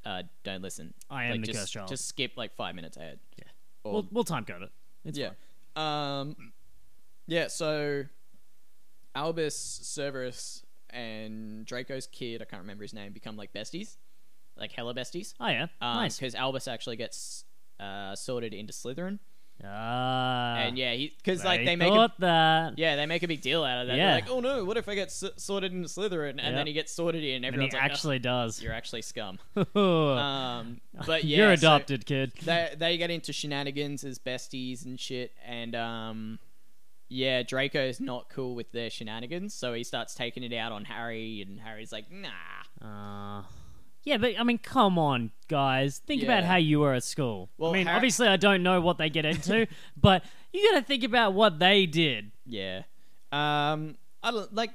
S1: uh, don't listen.
S2: I am
S1: Like,
S2: the
S1: just,
S2: cursed child.
S1: Just skip like five minutes ahead.
S2: Yeah.
S1: Or,
S2: We'll, we'll time code it. It's
S1: yeah.
S2: fine.
S1: Um, yeah, so Albus, Cerberus, and Draco's kid, I can't remember his name, become like besties. Like hella besties.
S2: Oh yeah, nice.
S1: Because Albus actually gets uh, sorted into Slytherin.
S2: Ah,
S1: and yeah, because
S2: they
S1: like they make a,
S2: thought that.
S1: yeah they make a big deal out of that. They're
S2: Yeah.
S1: like, oh no, what if I get s- sorted into Slytherin? And
S2: Yep.
S1: then he gets sorted in.
S2: and he
S1: Everyone's like, actually,
S2: actually does. (laughs)
S1: you're actually scum. Um, but yeah,
S2: you're
S1: so-
S2: adopted, kid.
S1: they they get into shenanigans as besties and shit, and um, yeah, Draco's not cool with their shenanigans, so he starts taking it out on Harry, and Harry's like, nah,
S2: Uh, yeah, but I mean, come on, guys. Think about
S1: Yeah.
S2: how you were at school.
S1: Well,
S2: I mean,
S1: Har-
S2: obviously, I don't know what they
S1: (laughs)
S2: get into, but you got to think about what they did.
S1: yeah, um, I don't like,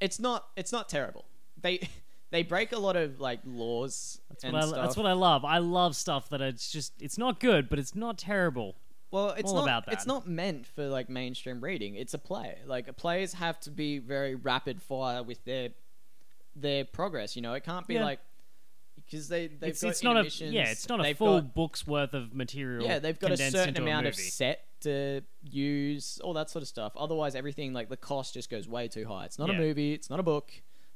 S1: it's not it's not terrible. They (laughs) they break a lot of like laws
S2: That's
S1: and
S2: what, I,
S1: stuff.
S2: that's what I love. I love stuff that it's just it's not good, but it's not terrible.
S1: well, it's
S2: all
S1: not
S2: about
S1: it's
S2: that.
S1: not meant for like mainstream reading. It's a play. Like players have to be very rapid fire with their their progress. You know, it can't be
S2: Yeah.
S1: like. Because they they've
S2: It's,
S1: got
S2: it's not a
S1: intermissions,
S2: yeah, it's not a
S1: they've
S2: full
S1: got-
S2: book's worth of material.
S1: yeah they've got a
S2: condensed
S1: certain
S2: into
S1: amount of
S2: movie.
S1: set to use all that sort of stuff otherwise everything like the cost just goes way too high it's not
S2: Yeah.
S1: a movie it's not a book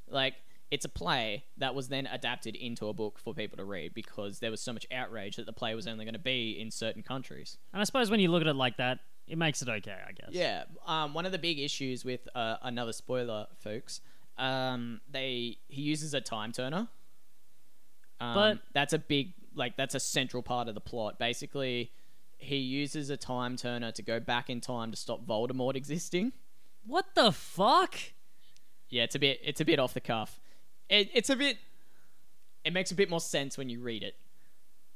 S1: like it's a play that was then adapted into a book for people to read because there was so much outrage that the play was only going to be in certain countries
S2: And I suppose when you look at it like that, it makes it okay, I guess.
S1: yeah um, one of the big issues with uh, another spoiler folks um, they he uses a time turner um,
S2: But-
S1: that's a big like that's a central part of the plot basically he uses a time turner to go back in time to stop voldemort existing
S2: What the fuck?
S1: yeah it's a bit it's a bit off the cuff it, it's a bit it makes a bit more sense when you read it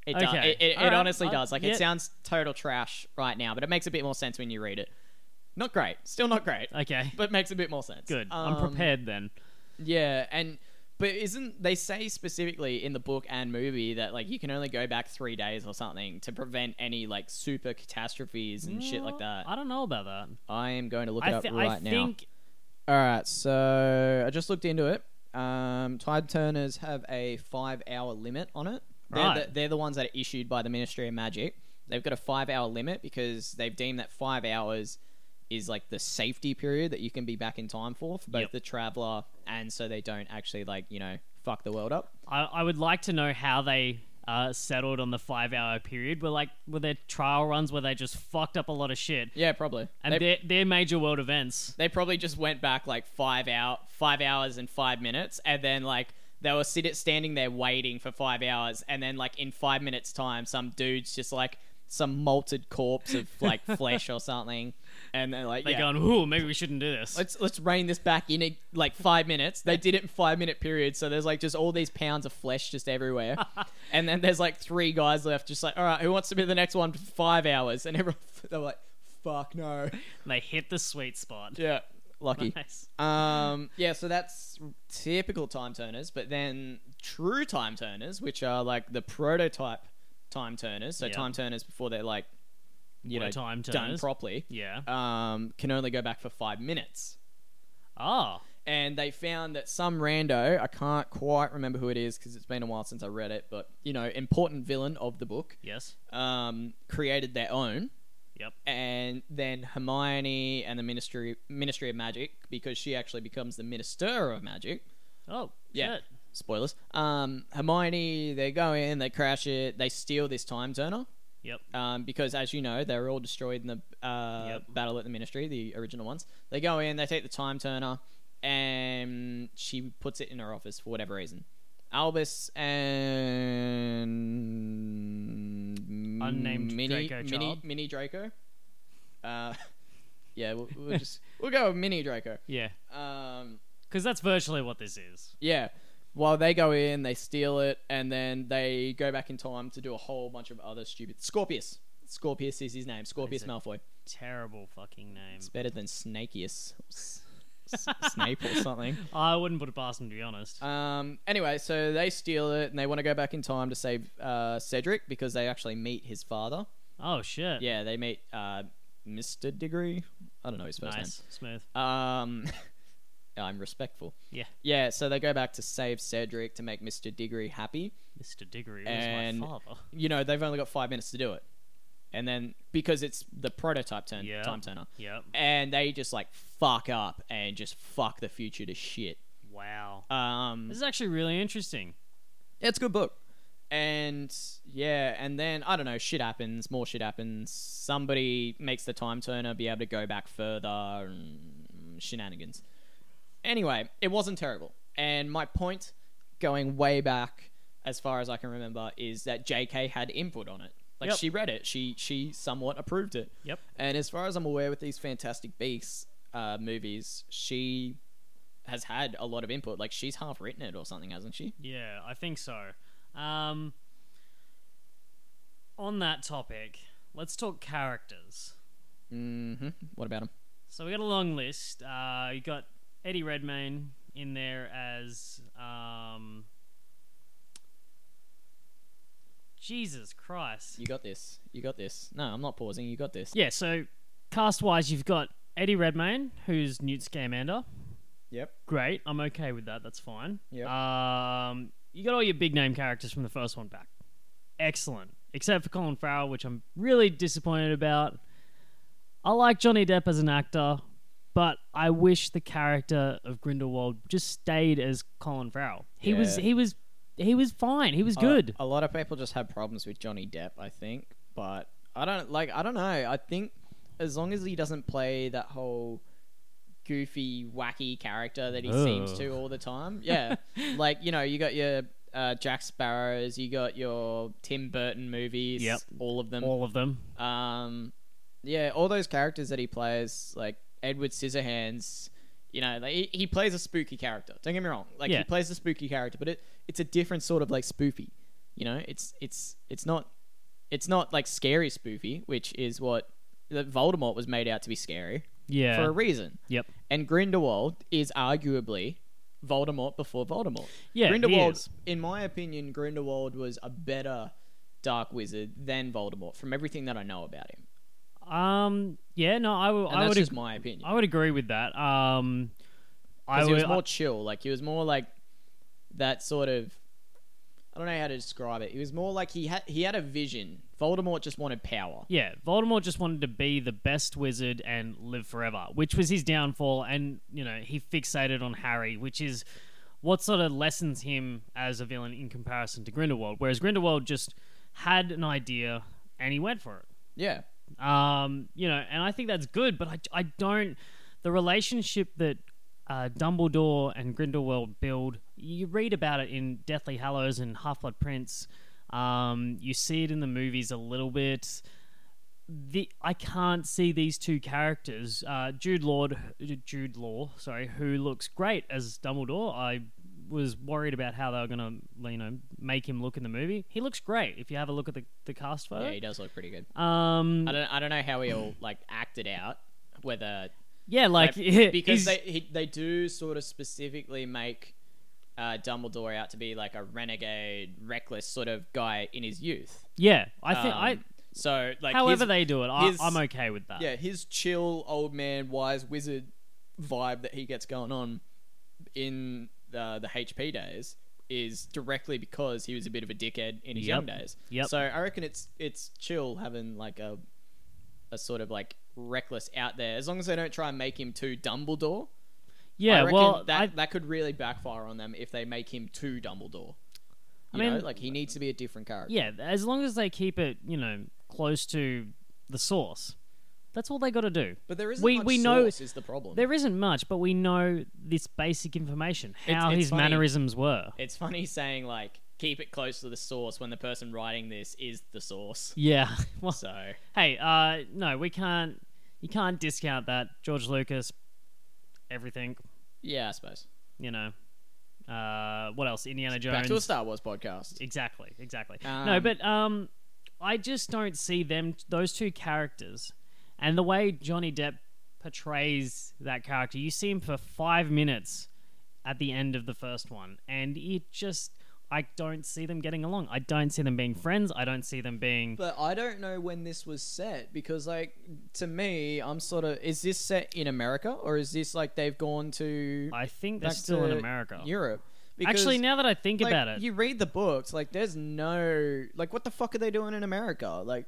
S1: it, does.
S2: Okay.
S1: it, it, it
S2: Alright,
S1: honestly
S2: I-
S1: does like
S2: yeah.
S1: it sounds total trash right now but it makes a bit more sense when you read it not great still not great
S2: Okay.
S1: but makes a bit more sense.
S2: Good.
S1: Um,
S2: I'm prepared then.
S1: Yeah, and but isn't they say specifically in the book and movie that like you can only go back three days or something to prevent any like super catastrophes and shit like that?
S2: I don't know about that.
S1: I am going to look it
S2: I,
S1: up
S2: thi-
S1: right
S2: I
S1: now.
S2: think
S1: All right, so I just looked into it. Um, Tide Turners have a five-hour limit on it. They're,
S2: Right.
S1: the, they're the ones that are issued by the Ministry of Magic. They've got a five-hour limit because they've deemed that five hours is like the safety period that you can be back in time for for both
S2: Yep.
S1: the traveler and so they don't actually like you know fuck the world up.
S2: I, I would like to know how they uh, settled on the five hour period. Were like were there trial runs where they just fucked up a lot of shit,
S1: Yeah, probably.
S2: and
S1: they,
S2: they're, they're major world events.
S1: they probably just went back like five out five hours and five minutes and then like they were sit standing there waiting for five hours and then like in five minutes time some dude's just like some molted corpse of like flesh or something and they're like
S2: They
S1: yeah,
S2: going, ooh, maybe we shouldn't do this.
S1: let's let's rein this back in in, like five minutes they did it in five minute periods so there's like just all these pounds of flesh just everywhere and then there's like three guys left just like all right who wants to be the next one for five hours and everyone (laughs) they're like fuck no
S2: And they hit the
S1: (laughs)
S2: sweet spot. (laughs)
S1: yeah lucky
S2: Nice.
S1: um, yeah, so that's typical time turners, but then true time turners, which are like the prototype time turners, so
S2: Yeah.
S1: time turners before they're like, you
S2: Were
S1: know,
S2: time
S1: done
S2: turners.
S1: properly,
S2: Yeah.
S1: um, can only go back for five minutes.
S2: Oh,
S1: And they found that some rando, I can't quite remember who it is because it's been a while since I read it, but you know, important villain of the book,
S2: yes.
S1: um, created their own
S2: Yep.
S1: and then Hermione and the Ministry Ministry of Magic because she actually becomes the Minister of Magic.
S2: Oh,
S1: Yeah.
S2: shit.
S1: Spoilers. Um, Hermione, they go in, they crash it, they steal this time turner.
S2: Yep.
S1: Um, because as you know, they were all destroyed in the uh,
S2: Yep.
S1: battle at the Ministry, the original ones. They go in, they take the time turner, and she puts it in her office for whatever reason. Albus and
S2: Unnamed
S1: mini
S2: Draco
S1: mini
S2: child.
S1: mini Draco. Uh, (laughs) yeah, we'll, we'll just we'll go with mini Draco.
S2: Yeah.
S1: Um,
S2: Because that's virtually what this is.
S1: yeah. While they go in, they steal it, and then they go back in time to do a whole bunch of other stupid. Scorpius. Scorpius is his name. Scorpius
S2: it?
S1: Malfoy.
S2: Terrible fucking name.
S1: It's better than Snakeus.
S2: (laughs)
S1: S- S- Snape or something.
S2: I wouldn't put it past him, to be honest.
S1: Um, anyway, so they steal it, and they want to go back in time to save uh, Cedric because they actually meet his father.
S2: oh, shit.
S1: Yeah, they meet uh, Mr. Degree. I don't know his first
S2: Nice. Smooth.
S1: name. Um, (laughs) I'm respectful.
S2: Yeah.
S1: Yeah, so they go back to save Cedric to make Mr. Diggory happy.
S2: Mr. Diggory was
S1: And-
S2: my father.
S1: you know they've only got five minutes to do it and then because it's the prototype turn
S2: Yeah.
S1: time turner,
S2: (laughs) Yep.
S1: and they just like fuck up and just fuck the future to shit.
S2: Wow.
S1: Um,
S2: This is actually really interesting.
S1: yeah, it's a good book. And yeah, and then I don't know, shit happens, more shit happens. Somebody makes the time turner be able to go back further and shenanigans. Anyway, it wasn't terrible. And my point going way back as far as I can remember is that JK had input on it. Like
S2: Yep.
S1: she read it. She she somewhat approved it.
S2: Yep.
S1: And as far as I'm aware, with these Fantastic Beasts uh, movies, she has had a lot of input. Like she's half written it or something, hasn't she?
S2: Yeah, I think so. Um, on that topic, let's talk characters.
S1: Mm-hmm. What about him?
S2: So we got a long list. Uh, you got Eddie Redmayne in there as um, Jesus Christ.
S1: You got this. You got this. No, I'm not pausing. You got this.
S2: Yeah. So cast wise, you've got Eddie Redmayne, who's Newt Scamander.
S1: Yep.
S2: Great. I'm okay with that. That's fine.
S1: Yep.
S2: Um, you got all your big name characters from the first one back. Excellent. Except for Colin Farrell, which I'm really disappointed about. I like Johnny Depp as an actor, but I wish the character of Grindelwald just stayed as Colin Farrell. He was
S1: Yeah. Uh,
S2: he was he was fine. He was good.
S1: a lot of people just have problems with Johnny Depp, I think. But I don't like. I don't know. I think as long as he doesn't play that whole goofy, wacky character that he seems
S2: Ugh.
S1: to all the time.
S2: (laughs)
S1: Yeah. like you know, you got your uh, Jack Sparrows. You got your Tim Burton movies.
S2: Yep.
S1: All of them.
S2: all of them.
S1: Um, yeah, all those characters that he plays, like Edward Scissorhands, you know, like he, he plays a spooky character. Don't get me wrong, like
S2: Yeah.
S1: he plays a spooky character, but it it's a different sort of like spoofy. You know, it's it's it's not it's not like scary spoofy, which is what that Voldemort was made out to be scary
S2: Yeah.
S1: for a reason.
S2: yep.
S1: And Grindelwald is arguably Voldemort before Voldemort.
S2: Yeah, he
S1: Grindelwald,
S2: is.
S1: in my opinion, Grindelwald was a better dark wizard than Voldemort from everything that I know about him.
S2: Um yeah, no, I would
S1: And
S2: I
S1: that's
S2: would
S1: just
S2: ag-
S1: my opinion.
S2: I would agree with that. Um I
S1: Because he
S2: would uh,
S1: was more chill. Like he was more like that sort of. I don't know how to describe it. He was more like he had he had a vision. Voldemort just wanted power.
S2: Yeah, Voldemort just wanted to be the best wizard and live forever, which was his downfall. And, you know, he fixated on Harry, which is what sort of lessens him as a villain in comparison to Grindelwald. Whereas Grindelwald just had an idea and he went for it.
S1: Yeah,
S2: Um, you know, and I think that's good, but I, I don't. The relationship that uh, Dumbledore and Grindelwald build, you read about it in Deathly Hallows and Half Blood Prince. Um, you see it in the movies a little bit the I can't see these two characters. Uh, Jude Lord, Jude Law, sorry, who looks great as Dumbledore. I was worried about how they were going to, you know, make him look in the movie. He looks great if you have a look at the, the cast photo.
S1: yeah, he does look pretty good.
S2: um,
S1: I don't I don't know how he all like acted out whether
S2: yeah, like (laughs)
S1: Like, because
S2: he's-
S1: they he, they do sort of specifically make uh, Dumbledore out to be like a renegade, reckless sort of guy in his youth.
S2: yeah, I think
S1: Um,
S2: I.
S1: so like
S2: however
S1: his-
S2: they do it, I,
S1: his-
S2: I'm okay with that.
S1: yeah his chill old man wise wizard vibe that he gets going on in uh, the the HP days is directly because he was a bit of a dickhead in his
S2: Yep.
S1: young days.
S2: Yep.
S1: So I reckon it's it's chill having like a a sort of like reckless out there as long as they don't try and make him too Dumbledore. I
S2: yeah.
S1: reckon
S2: Well,
S1: that
S2: I,
S1: that could really backfire on them if they make him too Dumbledore.
S2: I
S1: You know,
S2: mean-
S1: like he needs to be a different character.
S2: yeah, as long as they keep it, you know, close to the source, that's all they got to do.
S1: but there isn't
S2: we-
S1: much
S2: we know-
S1: source is the problem.
S2: There isn't much, but we know this basic information, how
S1: it's
S2: his
S1: funny.
S2: mannerisms were.
S1: It's funny saying like keep it close to the source when the person writing this is the
S2: (laughs)
S1: source.
S2: Yeah. Well,
S1: So
S2: hey, uh, no, we can't. You can't discount that George Lucas. Everything,
S1: yeah, I suppose.
S2: you know. Uh, what else? Indiana Jones.
S1: Back to a Star Wars podcast.
S2: Exactly, exactly. no,
S1: Um,
S2: but um, I just don't see them those two characters, and the way Johnny Depp portrays that character. You see him for five minutes at the end of the first one, and it just I don't see them getting along. I don't see them being friends. I don't see them being.
S1: But I don't know when this was set because like to me, I'm sort of is this set in America or is this like they've gone to
S2: I think they're
S1: back
S2: still in
S1: to
S2: America.
S1: Europe?
S2: Actually, now that I think
S1: like,
S2: about it,
S1: you read the books, like there's no like what the fuck are they doing in America? Like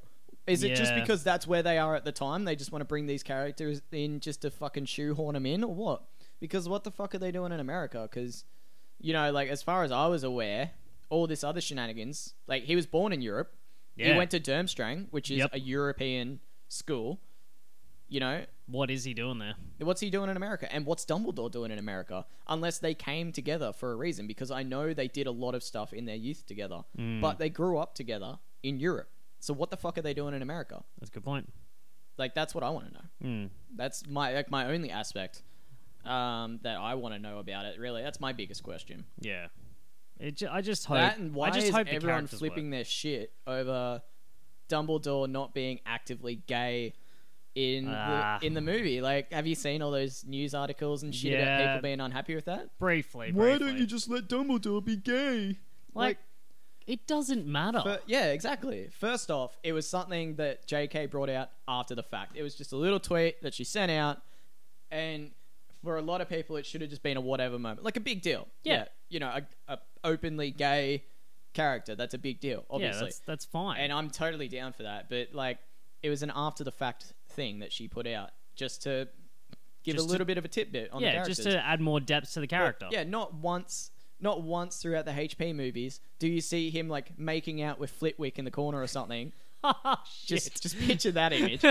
S1: Is it just
S2: Yeah.
S1: because that's where they are at the time? They just want to bring these characters in just to fucking shoehorn them in, or what? Because what the fuck are they doing in America? Because, you know, like as far as I was aware, all this other shenanigans. Like he was born in Europe. He
S2: Yeah.
S1: went to Durmstrang, which is
S2: Yep.
S1: a European school. You know,
S2: What is he doing there?
S1: What's he doing in America? And what's Dumbledore doing in America? Unless they came together for a reason, because I know they did a lot of stuff in their youth together,
S2: Mm. Hmm,
S1: but they grew up together in Europe. So what the fuck are they doing in America?
S2: That's a good point.
S1: Like that's what I want to know.
S2: Mm.
S1: That's my like my only aspect um, that I want to know about it. Really, that's my biggest question.
S2: Yeah. It ju- I just hope.
S1: that and why
S2: I just
S1: is
S2: hope the
S1: everyone
S2: characters work.
S1: flipping their shit over Dumbledore not being actively gay in
S2: Ah.
S1: the, in the movie? Like, have you seen all those news articles and shit about
S2: Yeah.
S1: people being unhappy with that?
S2: briefly. briefly.
S1: just let Dumbledore be gay?
S2: like? It doesn't matter.
S1: But yeah, exactly. First off, it was something that JK brought out after the fact. It was just a little tweet that she sent out, and for a lot of people, it should have just been a whatever moment, like a big deal.
S2: Yeah.
S1: you know, a, a openly gay character. That's a big deal,
S2: Yeah,
S1: obviously,
S2: that's that's fine.
S1: and I'm totally down for that. But like, it was an after the fact thing that she put out just to give
S2: Just
S1: a
S2: to-
S1: little bit of a tidbit on the
S2: yeah,
S1: characters.
S2: just to add more depth to the character. (laughs)
S1: Yeah, not once, not once throughout the HP movies do you see him like making out with Flitwick in the corner or
S2: (laughs)
S1: something. Just, just picture that image.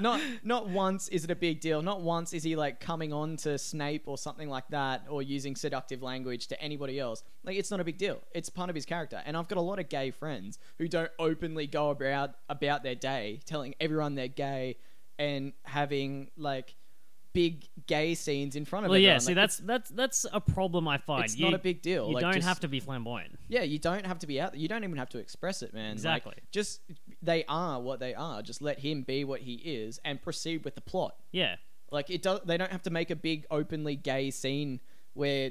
S1: not, not once is it a big deal. Not once is he like coming on to Snape or something like that, or using seductive language to anybody else. Like it's not a big deal. It's part of his character. And I've got a lot of gay friends who don't openly go about about their day telling everyone they're gay and having like big gay scenes in front of
S2: Well,
S1: everyone.
S2: yeah. See,
S1: Like,
S2: that's that's that's a problem I find.
S1: it's
S2: you,
S1: not a big deal.
S2: You
S1: like,
S2: don't
S1: just-
S2: have to be flamboyant.
S1: Yeah, you don't have to be out. there. You don't even have to express it, man. Like,
S2: Exactly.
S1: just they are what they are. Just let him be what he is and proceed with the plot.
S2: Yeah.
S1: Like it does. They don't have to make a big openly gay scene where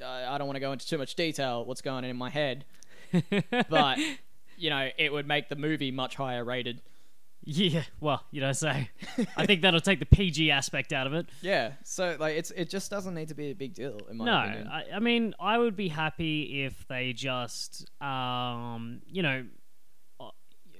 S1: uh, I don't want to go into too much detail. What's going on in my head, but you know, it would make the movie much higher rated.
S2: (laughs) yeah. Well,
S1: (laughs)
S2: you don't say. I think that'll take the PG aspect out of it.
S1: Yeah. So like, it's it just doesn't need to be a big deal in my
S2: No, uh,
S1: opinion.
S2: I, I mean, I would be happy if they just, um, you know, uh,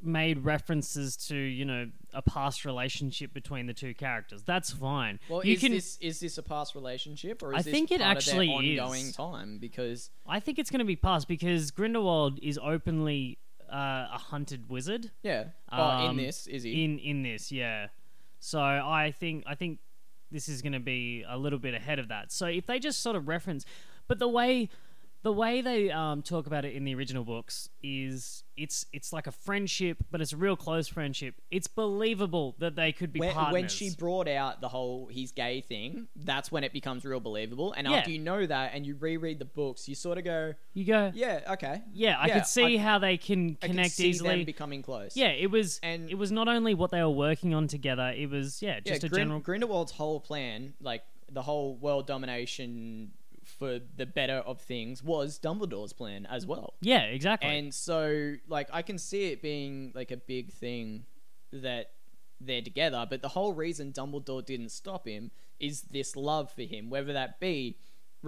S2: made references to, you know, a past relationship between the two characters. That's fine.
S1: well,
S2: you
S1: is this is this a past relationship or is
S2: I
S1: this
S2: think it
S1: part of their
S2: actually is.
S1: ongoing time? Because
S2: I think it's going to be past because Grindelwald is openly uh, a hunted wizard
S1: yeah, oh, in
S2: Um,
S1: this is he?
S2: in in this, yeah. So I think I think this is going to be a little bit ahead of that. So if they just sort of reference, but the way the way they um, talk about it in the original books is it's it's like a friendship, but it's a real close friendship. It's believable that they could be
S1: when,
S2: partners.
S1: when she brought out the whole he's gay thing, that's when it becomes real believable. And
S2: Yeah.
S1: after you know that and you reread the books, you sort of go,
S2: you go, yeah,
S1: yeah, okay.
S2: I
S1: yeah,
S2: could see
S1: I-
S2: how they can
S1: I can
S2: connect
S1: see
S2: easily.
S1: them becoming close.
S2: yeah, it was
S1: And-
S2: it was not only what they were working on together. It was yeah,
S1: yeah.
S2: just a
S1: Grin-
S2: general.
S1: Grindelwald's whole plan, like the whole world domination for the better of things, was Dumbledore's plan as well.
S2: yeah, exactly.
S1: And so, like, I can see it being like a big thing that they're together. But the whole reason Dumbledore didn't stop him is this love for him, whether that be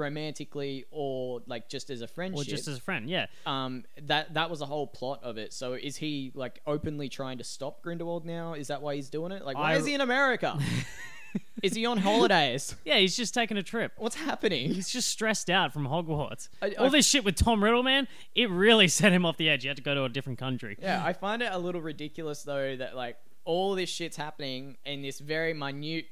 S1: romantically or like just as a friendship.
S2: or just as a friend, yeah.
S1: um, that that was the whole plot of it. So is he like openly trying to stop Grindelwald now? Is that why he's doing it? Like, why
S2: I-
S1: is he in
S2: (laughs)
S1: America? is he on holidays?
S2: Yeah, he's just taking a trip.
S1: What's happening?
S2: He's just stressed out from Hogwarts.
S1: I-
S2: All
S1: I-
S2: this shit with Tom Riddle, man, it really (laughs) set him off the edge. He had to go to a different country.
S1: Yeah, I find it a little ridiculous though that like all this shit's happening in this very minute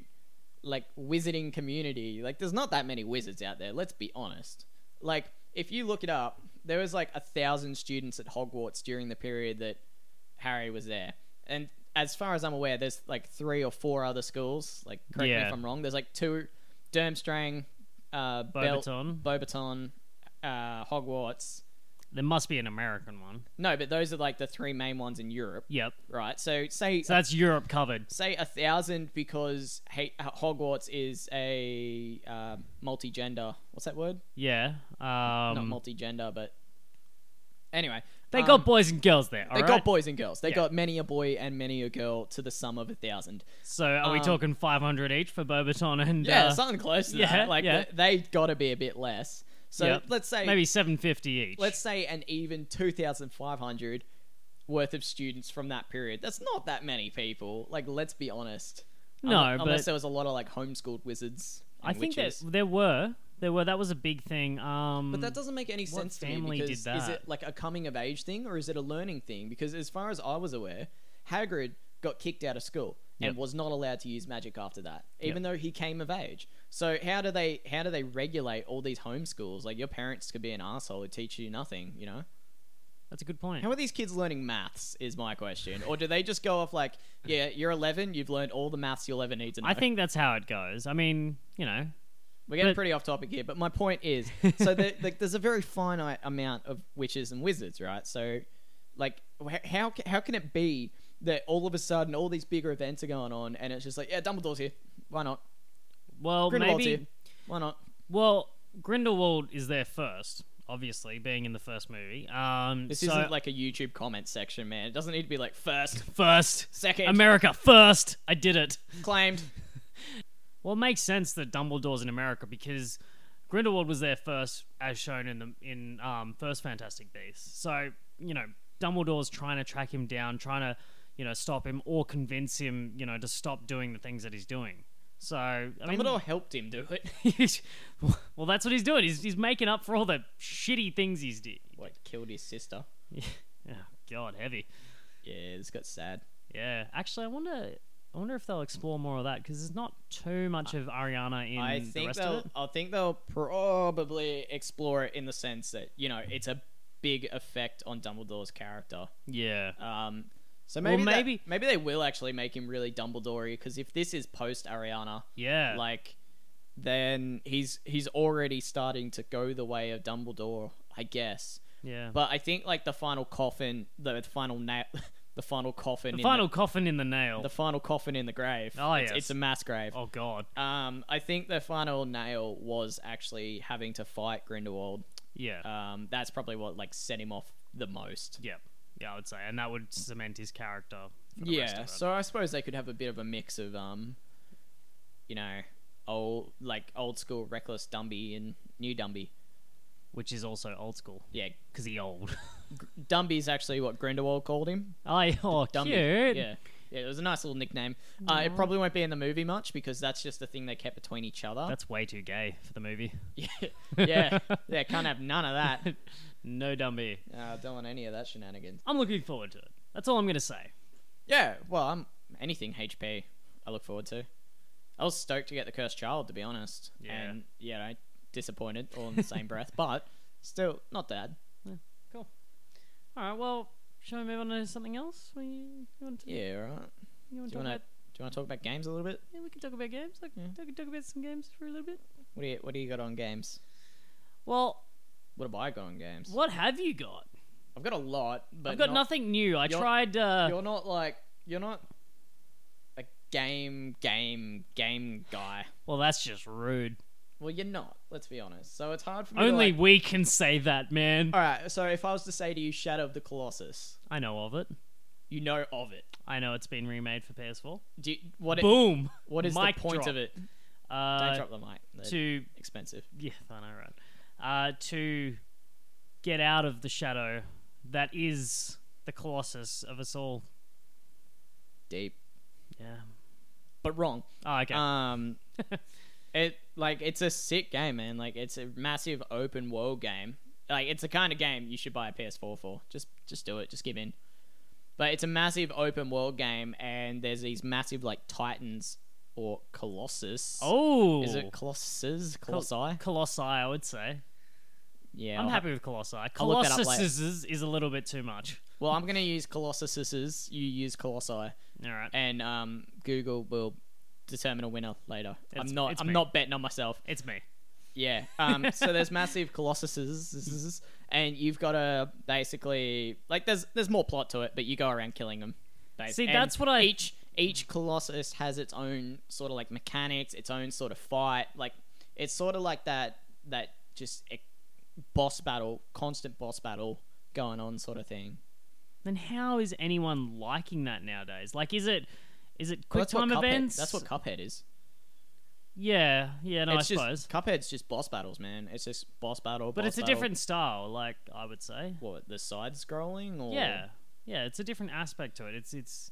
S1: like wizarding community. Like there's not that many wizards out there, let's be honest. Like if you look it up, there was like a thousand students at Hogwarts during the period that Harry was there. And as far as I'm aware, there's like three or four other schools. Like correct me
S2: Yeah.
S1: if I'm wrong. There's like two Durmstrang, uh Bel-
S2: Bobaton.
S1: Bobaton, uh Hogwarts.
S2: There must be an American one.
S1: No, but those are like the three main ones in Europe
S2: Yep.
S1: right? So say
S2: So that's Europe covered.
S1: say a thousand because hey, Hogwarts is a uh, multi-gender. What's that word?
S2: Yeah.
S1: Not
S2: Um,
S1: multi-gender, but anyway,
S2: they
S1: um,
S2: got boys and girls there.
S1: they
S2: alright?
S1: got boys and girls. They
S2: Yeah.
S1: got many a boy and many a girl to the sum of a thousand.
S2: So are we
S1: um,
S2: talking 500 each for Bobaton and.
S1: Yeah,
S2: uh,
S1: something close to
S2: yeah,
S1: that. Like
S2: yeah.
S1: th- they got to be a bit less. So
S2: yep.
S1: let's say
S2: Maybe 750 each.
S1: let's say an even two thousand five hundred worth of students from that period. That's not that many people. Like, let's be honest.
S2: No,
S1: Unle-
S2: but-
S1: unless there was a lot of like homeschooled wizards. And
S2: I think that
S1: witches.
S2: there were there were that was a big thing. Um,
S1: But that doesn't make any
S2: What
S1: sense to me
S2: family
S1: because
S2: did
S1: is
S2: that?
S1: it like a coming of age thing or is it a learning thing? Because as far as I was aware, Hagrid got kicked out of school and
S2: Yep.
S1: was not allowed to use magic after that, even though he came of age. So how do they how do they regulate all these homeschools? Like your parents could be an asshole who teach you nothing, you know?
S2: that's a good point.
S1: How are these kids learning maths? Is my question, or do they just go off like, yeah, you're 11, you've learned all the maths you'll ever need to know?
S2: I think that's how it goes. I mean, you know,
S1: We're getting
S2: But-
S1: pretty off topic here, but my point
S2: (laughs)
S1: is, so there, like, there's a very finite amount of witches and wizards, right? So, like, wh- how ca- how can it be that all of a sudden all these bigger events are going on, and it's just like, yeah, Dumbledore's here, why not?
S2: well
S1: Grindelwald's
S2: maybe
S1: here, why not?
S2: well Grindelwald is there first, obviously being in the first movie. Um,
S1: This
S2: so
S1: isn't like a YouTube comment section, man. It doesn't need to be like first,
S2: first
S1: second,
S2: America first. I did it.
S1: claimed.
S2: Well, it makes sense that Dumbledore's in America because Grindelwald was there first, as shown in the in um, first Fantastic Beasts. So you know, Dumbledore's trying to track him down, trying to you know stop him or convince him you know to stop doing the things that he's doing. So I
S1: Dumbledore helped him do it.
S2: mean, (laughs) well, that's what he's doing. He's he's making up for all the shitty things he's did.
S1: What killed his sister?
S2: (laughs) Oh, God, heavy.
S1: Yeah, this got sad.
S2: Yeah, actually, I wonder. I wonder if they'll explore more of that because there's not too much of Ariana in
S1: I
S2: the
S1: think
S2: rest
S1: they'll.
S2: of it.
S1: I think they'll probably explore it in the sense that you know it's a big effect on Dumbledore's character.
S2: Yeah.
S1: Um, so
S2: Well,
S1: maybe maybe
S2: maybe-
S1: maybe they will actually make him really Dumbledore because if this is post Ariana,
S2: Yeah.
S1: like then he's he's already starting to go the way of Dumbledore, I guess.
S2: yeah.
S1: But I think like the final coffin, the final nail, (laughs) the final coffin,
S2: The
S1: in
S2: final coffin in the nail.
S1: the, the final coffin in the grave.
S2: Oh,
S1: it's,
S2: yes.
S1: it's a mass grave.
S2: oh god.
S1: Um, I think the final nail was actually having to fight Grindelwald.
S2: Yeah.
S1: Um, that's probably what like set him off the most.
S2: yeah. Yeah, I would say, and that would cement his character. For the Rest
S1: Yeah,
S2: of it.
S1: so I suppose they could have a bit of a mix of um, you know, old like old school reckless Dumby and new Dumby.
S2: Which is also old school
S1: Yeah,
S2: because he old. (laughs)
S1: Dumby's actually what Grindelwald called him.
S2: I oh
S1: Dumby.
S2: cute.
S1: Yeah. Yeah, it was a nice little nickname. Uh, it probably won't be in the movie much because that's just the thing they kept between each other.
S2: That's way too gay for the movie.
S1: (laughs) yeah,
S2: (laughs)
S1: yeah, yeah, can't have none of that.
S2: no dummy.
S1: Uh, don't want any of that shenanigans.
S2: I'm looking forward to it. That's all I'm gonna say.
S1: Yeah, well, I'm anything HP. I look forward to. I was stoked to get the cursed child, to be honest.
S2: Yeah.
S1: And you know, disappointed all in the
S2: (laughs)
S1: same breath, but still not bad.
S2: All right. Well, shall we move on to something else? We you want to,
S1: Yeah, all right.
S2: you want
S1: Do you
S2: to talk
S1: want to
S2: about?
S1: do you want to talk about games a little bit?
S2: Yeah, we can talk about games. Like,
S1: Yeah.
S2: talk, talk about some games for a little bit.
S1: What do you What do you got on games?
S2: Well,
S1: What have I got on games?
S2: what have you got?
S1: I've got a lot, but
S2: I've got
S1: not-
S2: nothing new. I
S1: You're-
S2: tried. Uh,
S1: You're not like you're not a game game game guy.
S2: well, that's just rude.
S1: Well, you're not. Let's be honest. So it's hard for me. to,
S2: Only
S1: like-
S2: we can say that, man.
S1: all right. So if I was to say to you, Shadow of the Colossus,
S2: I know of it.
S1: you know of it.
S2: I know it's been remade for PS4.
S1: Do you, what it, (laughs)
S2: Boom.
S1: What is
S2: Mic
S1: the point
S2: drop.
S1: of it? Don't
S2: Uh,
S1: drop the mic. They're
S2: to
S1: expensive.
S2: yeah, I know, right? Uh, to get out of the shadow that is the colossus of us all.
S1: Deep.
S2: Yeah.
S1: But wrong.
S2: Oh,
S1: (laughs)
S2: okay.
S1: Um it like it's a sick game, man. Like it's a massive open world game. Like it's the kind of game you should buy a PS4 for. Just just do it. Just give in. But it's a massive open world game and there's these massive like titans or colossus.
S2: oh,
S1: Is it colossus?
S2: Col-
S1: Colossi?
S2: colossi? I would say.
S1: yeah.
S2: I'm
S1: I'll-
S2: happy with colossi.
S1: look that up
S2: Colossus
S1: later.
S2: is, is a little bit too much.
S1: Well, I'm going to use colossuses. You use colossi.
S2: All right.
S1: and um, Google will determine a winner later.
S2: It's-
S1: I'm not.
S2: it's
S1: I'm
S2: me.
S1: not betting on myself.
S2: It's me.
S1: Yeah. (laughs) Um, so
S2: (laughs)
S1: there's massive colossuses, and you've got to basically like there's there's more plot to it, but you go around killing them. bas-
S2: See,
S1: and
S2: that's what I-
S1: each each colossus has its own sort of like mechanics, its own sort of fight. Like it's sort of like that that just e- boss battle, constant boss battle going on sort of thing.
S2: Then how is anyone liking that nowadays? Like, is it is it
S1: Well,
S2: quick
S1: that's what
S2: time
S1: Cuphead-
S2: events?
S1: That's what Cuphead is.
S2: Yeah, yeah, no,
S1: it's
S2: I
S1: just
S2: suppose.
S1: Cuphead's just boss battles, man. It's just boss battle,
S2: But
S1: boss
S2: it's a
S1: battle.
S2: different style, like I would say.
S1: What the side scrolling or
S2: Yeah, Yeah, it's a different aspect to it. It's it's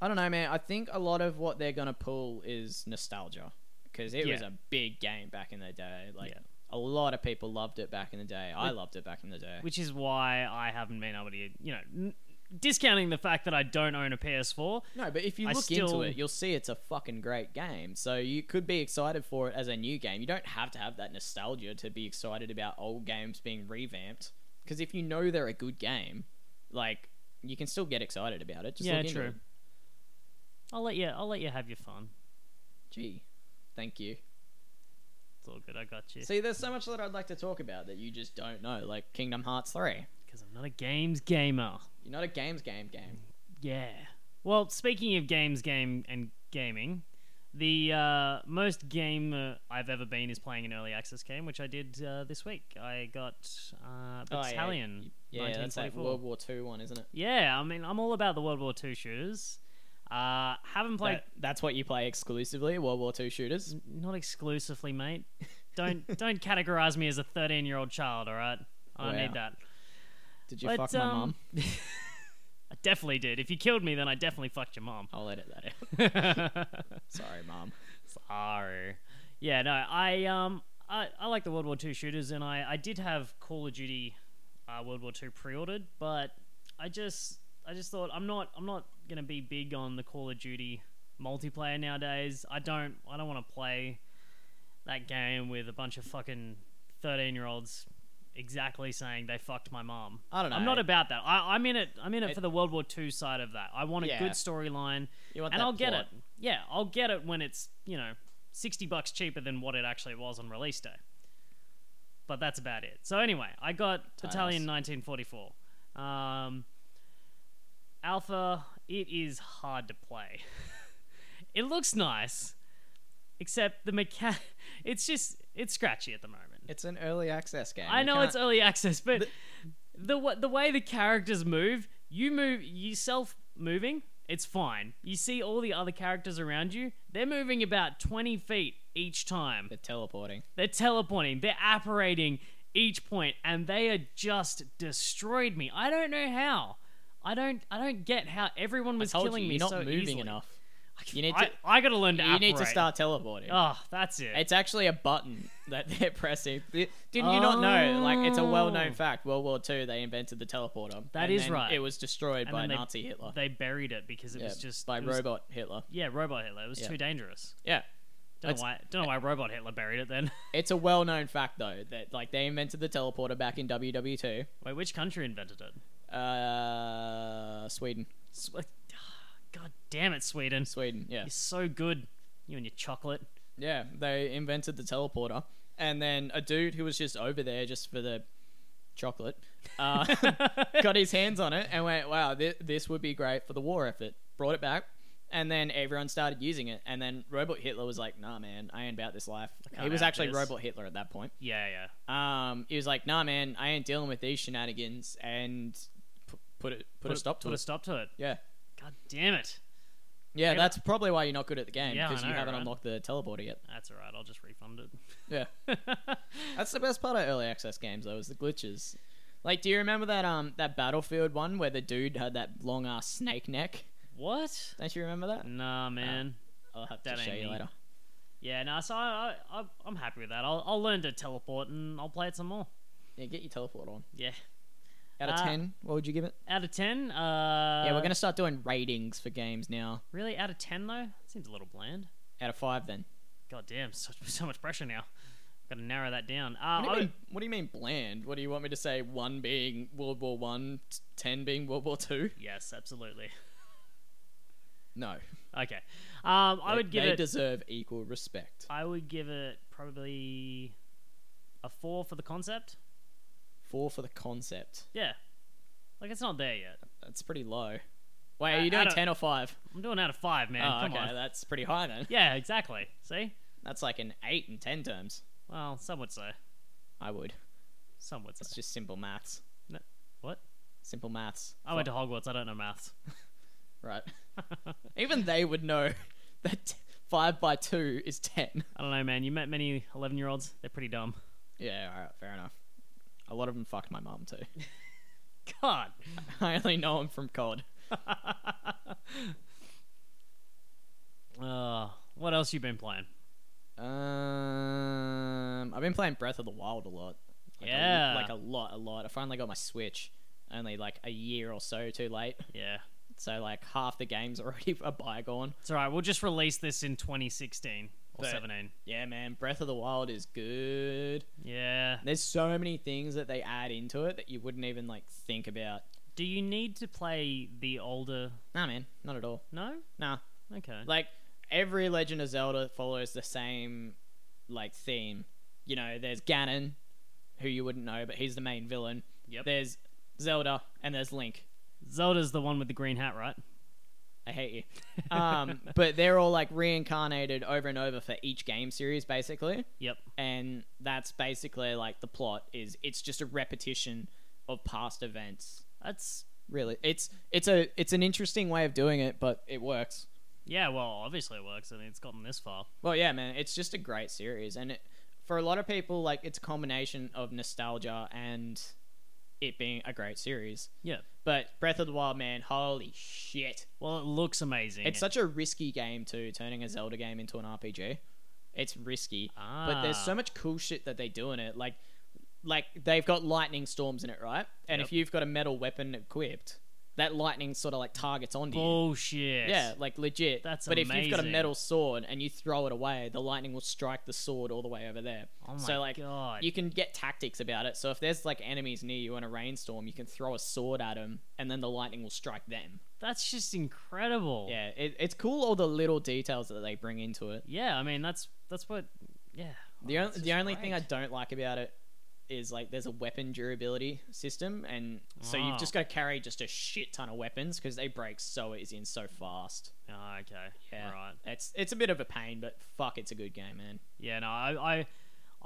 S1: I don't know, man. I think a lot of what they're gonna pull is nostalgia because it was
S2: Yeah.
S1: a big game back in the day. Like
S2: Yeah.
S1: a lot of people loved it back in the day. I loved it back in the day.
S2: which is why I haven't been able to, you know, n- discounting the fact that I don't own a PS4.
S1: no, but if you
S2: I
S1: look
S2: still-
S1: into it, you'll see it's a fucking great game. So you could be excited for it as a new game. You don't have to have that nostalgia to be excited about old games being revamped. Because if you know they're a good game, like you can still get excited about it. Just
S2: yeah,
S1: look into
S2: true.
S1: it.
S2: I'll let you. I'll let you have your fun.
S1: Gee, thank you.
S2: It's all good. I got you.
S1: See, there's so much that I'd like to talk about that you just don't know, like Kingdom Hearts 3.
S2: Because I'm not a games gamer.
S1: You're not a games game game.
S2: Yeah. Well, speaking of games, game and gaming, the uh, most game uh, I've ever been is playing an early access game, which I did uh, this week. I got uh,
S1: Oh,
S2: Battalion.
S1: Yeah, that's that
S2: 1944.
S1: World War II one, isn't it?
S2: Yeah, I mean, I'm all about the World War II shooters. Uh, haven't played,
S1: That- that's what you play exclusively, World War II shooters.
S2: not exclusively, mate. (laughs) Don't don't categorize me as a 13 year old child. All right, I don't
S1: Wow.
S2: need that.
S1: Did you
S2: But,
S1: fuck my
S2: um,
S1: mum?
S2: (laughs) I definitely did. If you killed me, then I definitely fucked
S1: (laughs)
S2: your mom.
S1: I'll edit that out. Sorry, mum.
S2: Sorry. Yeah, no, I um, I, I like the World War II shooters, and I, I did have Call of Duty, uh, World War II pre-ordered, but I just I just thought I'm not I'm not gonna be big on the Call of Duty multiplayer nowadays. I don't I don't want to play that game with a bunch of fucking thirteen year olds exactly saying they fucked my mom.
S1: I don't know.
S2: I'm not about that. I, I'm in it. I'm in it,
S1: It-
S2: for the World War II side of that. I want a
S1: Yeah.
S2: good storyline
S1: You want
S2: and
S1: that
S2: I'll get it.
S1: plot.
S2: Yeah, I'll get it when it's you know sixty bucks cheaper than what it actually was on release day. But that's about it. So anyway, I got Battalion 1944. Um, Alpha, it is hard to play. (laughs) it looks nice, except the mechan. (laughs) It's just it's scratchy at the moment.
S1: It's an early access game.
S2: I
S1: You
S2: know
S1: can't-
S2: it's early access, but the wa- the way the characters move, you move yourself moving, it's fine. You see all the other characters around you; they're moving about twenty feet each time.
S1: They're teleporting.
S2: They're teleporting. They're apparating each point, and they are just destroyed me. I don't know how. I don't. I don't get how everyone was
S1: Told
S2: killing
S1: you,
S2: me
S1: you're not
S2: so
S1: moving
S2: easily.
S1: enough. You need
S2: I,
S1: to-
S2: I gotta learn to.
S1: you need to
S2: apparate.
S1: start teleporting.
S2: Oh, that's it.
S1: It's actually a button (laughs) that they're pressing. Th- Didn't you not know? Like, it's a well-known
S2: Oh.
S1: fact. World War II, they invented the teleporter.
S2: That
S1: and
S2: is
S1: then
S2: right.
S1: It was destroyed
S2: And
S1: by
S2: then they-
S1: Nazi Hitler.
S2: They buried it because it
S1: yeah,
S2: was just
S1: by
S2: it was-
S1: robot Hitler.
S2: Yeah, robot Hitler. It was
S1: Yeah.
S2: too dangerous.
S1: Yeah,
S2: Don't
S1: That's-
S2: know why. Don't know why Robot Hitler buried it then. (laughs)
S1: it's a well-known fact though that like they invented the teleporter back in WW2,
S2: Wait, which country invented it?
S1: uh, Sweden,
S2: Swe- (sighs) God damn it, Sweden!
S1: Sweden. Yeah,
S2: You're so good. You and your chocolate.
S1: yeah. They invented the teleporter, and then a dude who was just over there just for the chocolate
S2: (laughs)
S1: uh, got his hands on it and went, "Wow, this, this would be great for the war effort." Brought it back. And then everyone started using it, and then Robot Hitler was like, "Nah, man, I ain't about this life." He
S2: can't
S1: was
S2: have
S1: actually
S2: this.
S1: Robot Hitler at that point.
S2: Yeah, yeah.
S1: um, he was like, "Nah, man, I ain't dealing with these shenanigans," and p- put it put, a stop to
S2: put a
S1: it.
S2: stop to it.
S1: Yeah,
S2: God damn it.
S1: yeah,
S2: Yeah,
S1: that's probably why you're not good at the game
S2: Yeah, I
S1: because you
S2: know,
S1: haven't
S2: right?
S1: unlocked the teleporter yet.
S2: That's all right. I'll just refund it.
S1: Yeah, (laughs) that's the best part of early access games though is the glitches. Like, do you remember that um that Battlefield one where the dude had that long ass snake neck?
S2: what?
S1: Don't you remember that?
S2: Nah, man.
S1: I'll have to
S2: That
S1: show
S2: ain't
S1: you
S2: me.
S1: later.
S2: Yeah, no. So I, I, I- I'm happy with that. I'll, I'll learn to teleport and I'll play it some more.
S1: Yeah, get your teleport on.
S2: Yeah.
S1: Out of
S2: Uh,
S1: ten, what would you give it?
S2: Out of ten. Uh,
S1: yeah, we're gonna start doing ratings for games now.
S2: Really, out of ten though, seems a little bland.
S1: Out of five, then.
S2: God damn, (laughs) so, so much pressure now. Got to narrow that down. Uh,
S1: What do,
S2: I
S1: you
S2: would-
S1: mean, what do you mean bland? What do you want me to say? One being World War One, t- ten being World War Two? (laughs)
S2: Yes, absolutely.
S1: No,
S2: Okay. Um, I
S1: They-
S2: would give
S1: they
S2: it.
S1: deserve equal respect.
S2: I would give it probably a four for the concept.
S1: Four for the concept.
S2: Yeah, like it's not there yet.
S1: That's pretty low. Wait, are
S2: Uh,
S1: you doing
S2: out of-
S1: ten or five?
S2: I'm doing out of five, man.
S1: oh,
S2: Come
S1: okay,
S2: on.
S1: that's pretty high then.
S2: Yeah, exactly. See?
S1: That's like an eight and ten terms.
S2: Well, some would say.
S1: I would.
S2: Some would
S1: It's
S2: say.
S1: just simple maths.
S2: No, what?
S1: Simple maths.
S2: I went to Hogwarts. I don't know maths.
S1: Right.
S2: (laughs) I
S1: Even they would know that t- five by two is ten.
S2: don't know, man. You met many 11 year olds. They're pretty dumb. (laughs)
S1: Yeah, all right, fair enough. A lot of them fucked my mum too. (laughs)
S2: God.
S1: I only know him from COD.
S2: Uh, what else you been playing?
S1: Um, I've been playing Breath of the Wild a lot. Like
S2: Yeah.
S1: a, like a lot, a lot. I finally got my Switch, only like a year or so too late.
S2: Yeah.
S1: So like half the game's (laughs) already a bygone.
S2: It's all right. We'll just release this in 2016 or
S1: But-
S2: 17.
S1: Yeah, man, Breath of the Wild is good.
S2: Yeah.
S1: There's so many things that they add into it that you wouldn't even like think about.
S2: Do you need to play the older?
S1: Nah, man, not at all.
S2: No.
S1: Nah,
S2: Okay.
S1: like every Legend of Zelda follows the same like theme. You know, there's Ganon, who you wouldn't know, but he's the main villain.
S2: Yep.
S1: There's Zelda and there's Link.
S2: Zelda's the one with the green hat, right?
S1: I hate you. Um, but they're all like reincarnated over and over for each game series, basically.
S2: Yep.
S1: And that's basically like the plot is it's just a repetition of past events.
S2: That's
S1: Really, it's it's a it's an interesting way of doing it, but it works.
S2: yeah. Well, obviously it works. I mean, it's gotten this far.
S1: Well, yeah, man, it's just a great series, and it, for a lot of people, like it's a combination of nostalgia and it being a great series.
S2: Yeah.
S1: But Breath of the Wild, man, holy shit!
S2: Well, it looks amazing.
S1: It's such a risky game too, turning a Zelda game into an RPG. It's risky, but there's
S2: Ah.
S1: so much cool shit that they do in it. Like, like they've got lightning storms in it, right? And
S2: Yep.
S1: if you've got a metal weapon equipped, that lightning sort of like targets onto you.
S2: bullshit.
S1: Yeah, like legit.
S2: That's
S1: but if you've got a
S2: amazing.
S1: metal sword and you throw it away, the lightning will strike the sword all the way over there.
S2: Oh my
S1: so like
S2: god.
S1: you can get tactics about it. So if there's like enemies near you in a rainstorm, you can throw a sword at them and then the lightning will strike them.
S2: That's just incredible.
S1: Yeah, it, it's cool all the little details that they bring into it.
S2: Yeah. I mean, that's that's what. Yeah.
S1: The
S2: Oh,
S1: on,
S2: that's
S1: the
S2: just
S1: only thing I
S2: great.
S1: don't like about it is like there's a weapon durability system and so
S2: Ah.
S1: you've just got to carry just a shit ton of weapons because they break so easy and so fast.
S2: Oh, okay.
S1: Yeah.
S2: Right.
S1: It's it's a bit of a pain, but fuck, it's a good game, man.
S2: Yeah, no, I, I,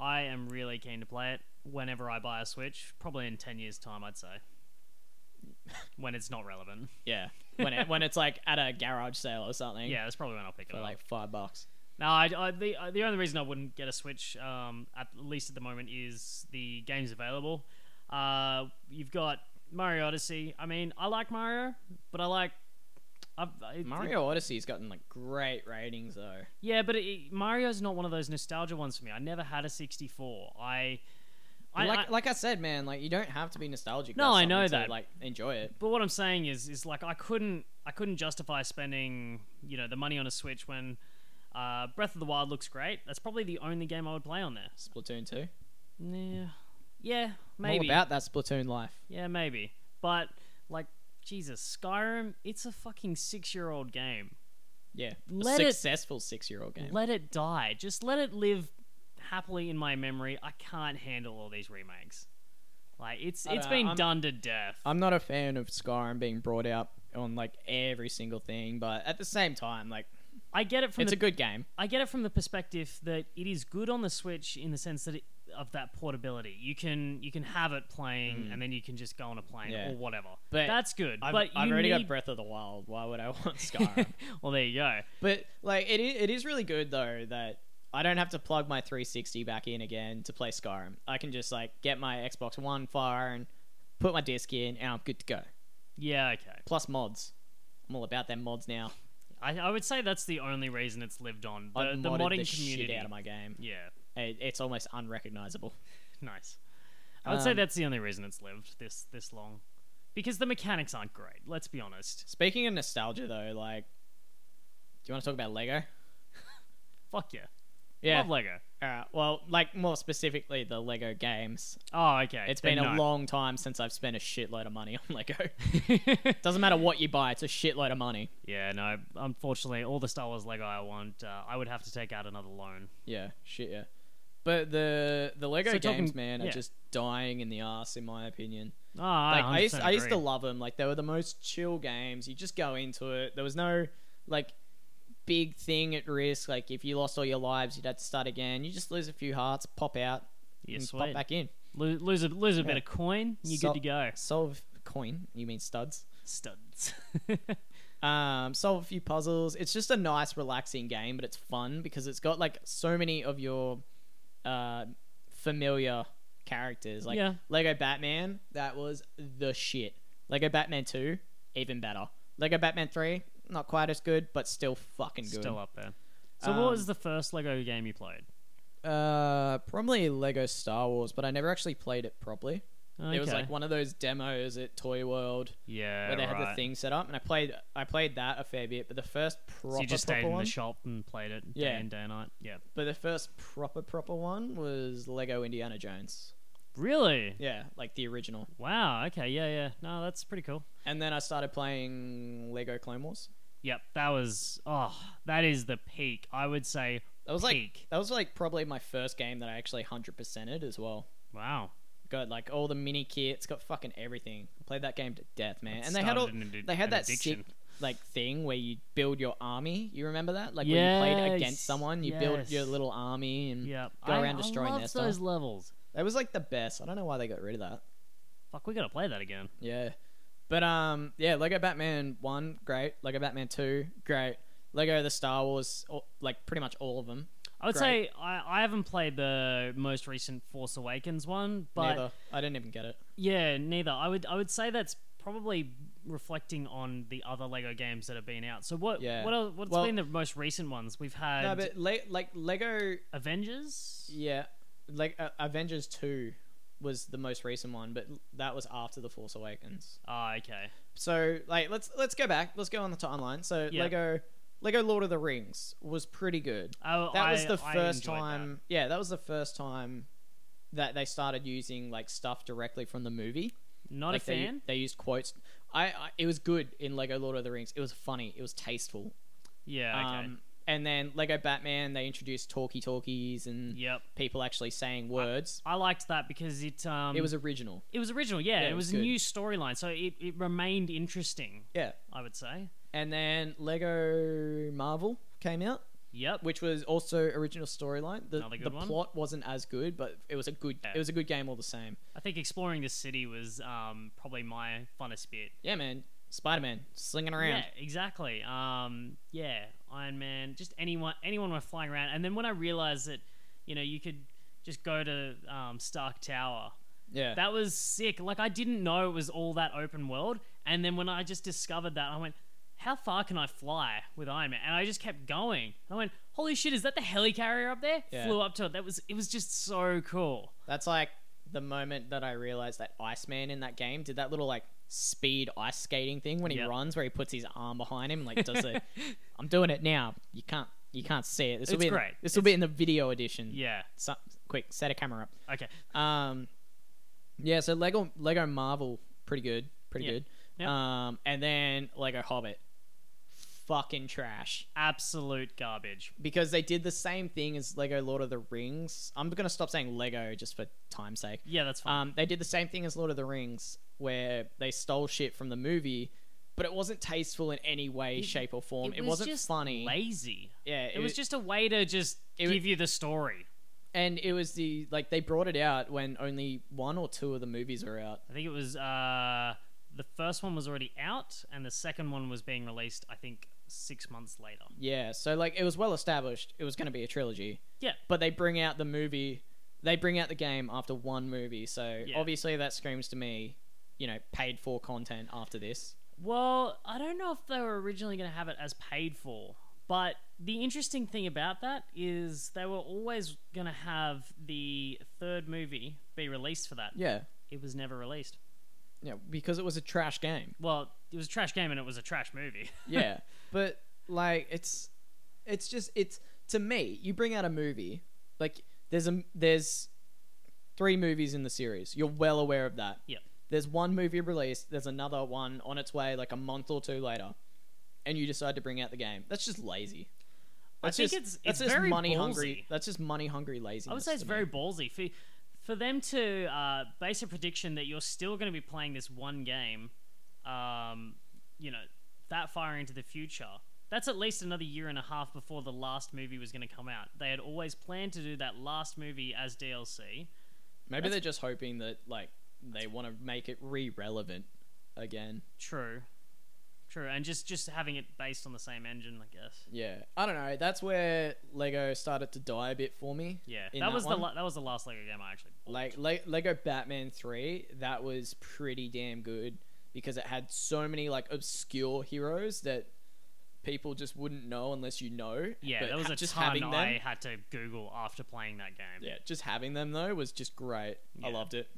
S2: I am really keen to play it whenever I buy a Switch. Probably in ten years' time, I'd say. (laughs) when it's not relevant.
S1: Yeah, when it, when it's like at a garage sale or something.
S2: Yeah, that's probably when I'll pick it
S1: for
S2: up.
S1: like five bucks.
S2: no, I, I, the uh, the only reason I wouldn't get a Switch, um, at least at the moment, is the games available. Uh, you've got Mario Odyssey. I mean, I like Mario, but I like. I've, it, it-
S1: Mario Odyssey's gotten like great ratings though.
S2: yeah, but it, Mario's not one of those nostalgia ones for me. I never had a 64. I,
S1: But
S2: I
S1: like
S2: I-
S1: like I said, man, like you don't have to be nostalgic.
S2: No,
S1: about
S2: I know
S1: something to,
S2: that.
S1: Like enjoy it.
S2: But what I'm saying is, is like I couldn't, I couldn't justify spending, you know, the money on a Switch when uh, Breath of the Wild looks great. That's probably the only game I would play on there.
S1: Splatoon two.
S2: Yeah, yeah,
S1: I'm all
S2: maybe.
S1: about that Splatoon life.
S2: yeah, maybe. But like, Jesus, Skyrim, it's a fucking six-year-old game.
S1: Yeah,
S2: Let
S1: a
S2: it-
S1: successful six year old game.
S2: Let it die. Just let it live happily in my memory. I can't handle all these remakes. Like it's
S1: I
S2: it's
S1: dunno,
S2: been
S1: I'm-
S2: done to death.
S1: I'm not a fan of Skyrim being brought out on like every single thing, but at the same time, like
S2: I get it from
S1: it's
S2: the
S1: a good game.
S2: I get it from the perspective that it is good on the Switch in the sense that it, of that portability. You can you can have it playing and then you can just go on a plane
S1: Mm. Yeah.
S2: or whatever.
S1: But
S2: That's good.
S1: I've,
S2: but
S1: I've
S2: you
S1: already got
S2: need-
S1: Breath of the Wild. Why would I (laughs) want
S2: (laughs)
S1: Skyrim?
S2: well, there you go.
S1: But like it, i- it is really good though that I don't have to plug my 360 back in again to play Skyrim. I can just like get my Xbox One fire and put my disc in, and I'm good to go.
S2: Yeah, okay.
S1: Plus mods. I'm all about them mods now.
S2: I, I would say that's the only reason it's lived on. The,
S1: I've
S2: the
S1: modded
S2: modding
S1: the
S2: community.
S1: shit out of my game.
S2: yeah,
S1: It, it's almost unrecognizable.
S2: nice. I would say
S1: Um,
S2: that's the only reason it's lived this this long, because the mechanics aren't great. Let's be honest.
S1: Speaking of nostalgia though, like, do you want to talk about Lego?
S2: Fuck yeah.
S1: Yeah.
S2: Love Lego.
S1: All right. Well, like more specifically the Lego games.
S2: Oh, okay.
S1: It's
S2: Then
S1: been a
S2: no.
S1: long time since I've spent a shitload of money (laughs) on Lego.
S2: (laughs)
S1: Doesn't matter what you buy, it's a shitload of money.
S2: Yeah, no. Unfortunately, all the Star Wars Lego I want, uh, I would have to take out another loan.
S1: Yeah, shit, yeah. But the the Lego
S2: So
S1: games,
S2: talking-
S1: man,
S2: yeah.
S1: are just dying in the ass, in my opinion.
S2: Oh, I,
S1: Like Ah, I used,
S2: 100%
S1: I used to
S2: agree.
S1: love them. Like they were the most chill games. You just go into it. There was no like big thing at risk. Like if you lost all your lives, you'd have to start again. You just lose a few hearts, pop out,
S2: Yeah,
S1: and
S2: sweet.
S1: pop back in.
S2: Lo- lose a lose a bit
S1: Yeah.
S2: of coin, you're
S1: So-
S2: good to go.
S1: Solve coin. You mean (laughs) studs?
S2: (laughs) Studs.
S1: um, solve a few puzzles. It's just a nice, relaxing game, but it's fun because it's got like so many of your uh, familiar characters. Like
S2: Yeah.
S1: Lego Batman, that was the shit. Lego Batman 2, even better. Lego Batman 3, not quite as good, but still fucking good.
S2: Still up there. So,
S1: Um,
S2: what was the first Lego game you played?
S1: Uh, probably Lego Star Wars, but I never actually played it properly. It was
S2: Okay.
S1: like one of those demos at Toy World
S2: yeah,
S1: where they had the
S2: right.
S1: thing set up, and I played I played that a fair bit. But the first proper
S2: So you just stayed
S1: proper
S2: in
S1: one,
S2: the shop and played it day
S1: Yeah.
S2: in, day night. Yeah.
S1: but the first proper proper one was Lego Indiana Jones.
S2: Really?
S1: Yeah, like the original.
S2: Wow. Okay. Yeah. Yeah. No, that's pretty cool.
S1: And then I started playing Lego Clone Wars.
S2: Yep. That was. Oh, that is the peak. I would say.
S1: That was like
S2: Peak.
S1: that was like probably my first game that I actually hundred percented as well.
S2: Wow.
S1: Got like all the mini kits, got fucking everything. Played that game to death, man.
S2: That
S1: and they had all
S2: started an addi-
S1: they had
S2: an
S1: that
S2: addiction.
S1: sick like thing where you build your army. You remember that? Like when you played
S2: Yes,
S1: against someone, you build your
S2: yes.
S1: little army and
S2: Yep.
S1: go
S2: I-
S1: around destroying
S2: I
S1: their
S2: loved
S1: stuff.
S2: those levels.
S1: That was like the best. I don't know why they got rid of that.
S2: Fuck, we gotta play that again.
S1: Yeah. But um yeah, Lego Batman 1 great, Lego Batman 2 great, Lego the Star Wars all, like pretty much all of them.
S2: I would
S1: Great.
S2: say I, I haven't played the most recent Force Awakens one, but
S1: Neither. I didn't even get it.
S2: yeah, neither. I would I would say that's probably reflecting on the other Lego games that have been out. So what
S1: Yeah.
S2: what el- what's
S1: Well-
S2: been the most recent ones? We've had
S1: No, but le- like Lego
S2: Avengers.
S1: yeah, like uh, Avengers 2 was the most recent one, but that was after The Force Awakens.
S2: Ah, okay.
S1: So like let's let's go back. Let's go on to online. So
S2: Yeah.
S1: Lego Lego Lord of the Rings was pretty good.
S2: I,
S1: That was
S2: I-
S1: the
S2: I
S1: first
S2: enjoyed that.
S1: time. Yeah, that was the first time that they started using like stuff directly from the movie.
S2: Not
S1: like
S2: a
S1: they,
S2: fan.
S1: They used quotes. I, I it was good in Lego Lord of the Rings. It was funny. It was tasteful.
S2: yeah. Okay.
S1: Um, and then Lego Batman, they introduced talkie talkies and
S2: yep.
S1: people actually saying words.
S2: I liked that because it Uh, um
S1: it was original.
S2: it was original. Yeah,
S1: Yeah,
S2: it
S1: it
S2: was,
S1: was
S2: a
S1: good.
S2: new storyline, so it, it remained interesting.
S1: Yeah.
S2: I would say.
S1: And then Lego Marvel came out.
S2: Yep.
S1: which was also original storyline. The,
S2: Another good
S1: the
S2: one.
S1: plot wasn't as good, but it was a good
S2: Yeah.
S1: it was a good game all the same.
S2: I think exploring the city was um, probably my funnest bit.
S1: Yeah, man, Spider Man slinging
S2: Yeah,
S1: around.
S2: exactly. Um, yeah, Iron Man, just anyone, anyone were flying around. And then when I realized that, you know, you could just go to um, Stark Tower,
S1: Yeah,
S2: that was sick. Like I didn't know it was all that open world. And then when I just discovered that, I went, "How far can I fly with Iron Man?" And I just kept going. I went, "Holy shit! Is that the helicarrier up there?"
S1: Yeah.
S2: Flew up to it. That was it. Was just so cool.
S1: that's like the moment that I realized that Iceman in that game did that little like speed ice skating thing when he
S2: Yeah.
S1: runs, where he puts his arm behind him, and, like does
S2: (laughs)
S1: it. I'm doing it now. You can't you can't see it. This will
S2: It's
S1: be in-
S2: great.
S1: this will be in the video edition.
S2: Yeah.
S1: So, quick, set a camera up.
S2: Okay.
S1: Um, yeah, so Lego Lego Marvel, pretty good, pretty
S2: Yeah.
S1: good.
S2: Yeah.
S1: Um, and then Lego Hobbit, fucking trash
S2: Absolute garbage.
S1: because they did the same thing as Lego Lord of the Rings. I'm gonna stop saying Lego just for time's sake.
S2: Yeah, that's fine.
S1: Um, they did the same thing as Lord of the Rings where they stole shit from the movie. But it wasn't tasteful in any way, shape, or form. It,
S2: was
S1: was not
S2: just
S1: funny.
S2: Lazy.
S1: Yeah,
S2: It was just a way to just
S1: it
S2: give
S1: wa-
S2: you the story.
S1: and it was the like they brought it out when only one or two of the movies were out.
S2: I think it was uh, the first one was already out, and the second one was being released. I think six months later.
S1: Yeah, so like it was well established it was going to be a trilogy,
S2: Yeah,
S1: but they bring out the movie, they bring out the game after one movie. So
S2: Yeah.
S1: obviously that screams to me, you know, paid for content after this.
S2: Well, I don't know if they were originally going to have it as paid for, but the interesting thing about that is they were always going to have the third movie be released for that.
S1: Yeah.
S2: It was never released.
S1: Yeah, because it was a trash game.
S2: Well, it was a trash game and it was a trash movie. (laughs)
S1: Yeah. (laughs) but like it's it's just it's to me, you bring out a movie, like there's a there's three movies in the series. You're well aware of that.
S2: Yep.
S1: There's one movie released, there's another one on its way like a month or two later, and you decide to bring out the game. That's just lazy.
S2: I
S1: That's
S2: think
S1: just,
S2: it's-
S1: that's
S2: it's
S1: just
S2: very
S1: money hungry.
S2: ballsy.
S1: That's just money hungry laziness.
S2: I would say it's
S1: to me.
S2: very ballsy for for them to uh, base a prediction that you're still going to be playing this one game, um, you know, that far into the future. That's at least another year and a half before the last movie was going to come out. They had always planned to do that last movie as DLC.
S1: maybe they're just hoping that like they want to make it re relevant again.
S2: True, True, and just just having it based on the same engine, I guess.
S1: Yeah, I don't know. That's where Lego started to die a bit for me.
S2: Yeah,
S1: in
S2: that, was
S1: one.
S2: the la- that was the last Lego game I actually. bought.
S1: like Le- Lego Batman 3 that was pretty damn good because it had so many like obscure heroes that people just wouldn't know unless you know
S2: yeah,
S1: But
S2: that was
S1: ha-
S2: a
S1: just
S2: ton
S1: having them
S2: I had to Google after playing that game.
S1: yeah just having them though was just great I
S2: Yeah.
S1: loved it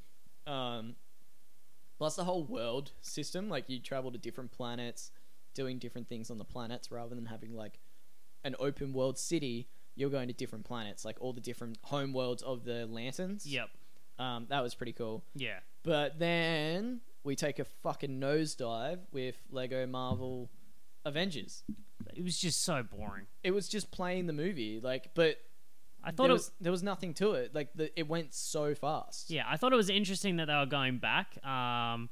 S1: um plus the whole world system like you travel to different planets doing different things on the planets rather than having like an open world city you're going to different planets like all the different home worlds of the lanterns
S2: Yep.
S1: um that was pretty cool
S2: Yeah.
S1: But then we take a fucking nosedive with Lego Marvel Avengers.
S2: It was just so boring.
S1: It was just playing the movie, like, but
S2: I thought
S1: there
S2: it
S1: was there was nothing to it. Like, the, it went so fast.
S2: Yeah, I thought it was interesting that they were going back. Um,